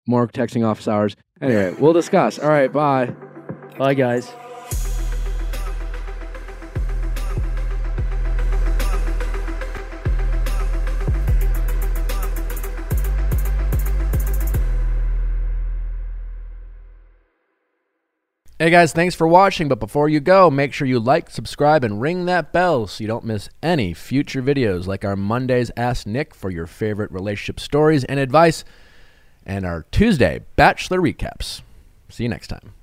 A: more texting office hours. Anyway, we'll discuss. All right, bye.
D: Bye, guys.
A: Hey guys, thanks for watching. But before you go, make sure you like, subscribe, and ring that bell so you don't miss any future videos like our Mondays Ask Nick for your favorite relationship stories and advice, and our Tuesday Bachelor recaps. See you next time.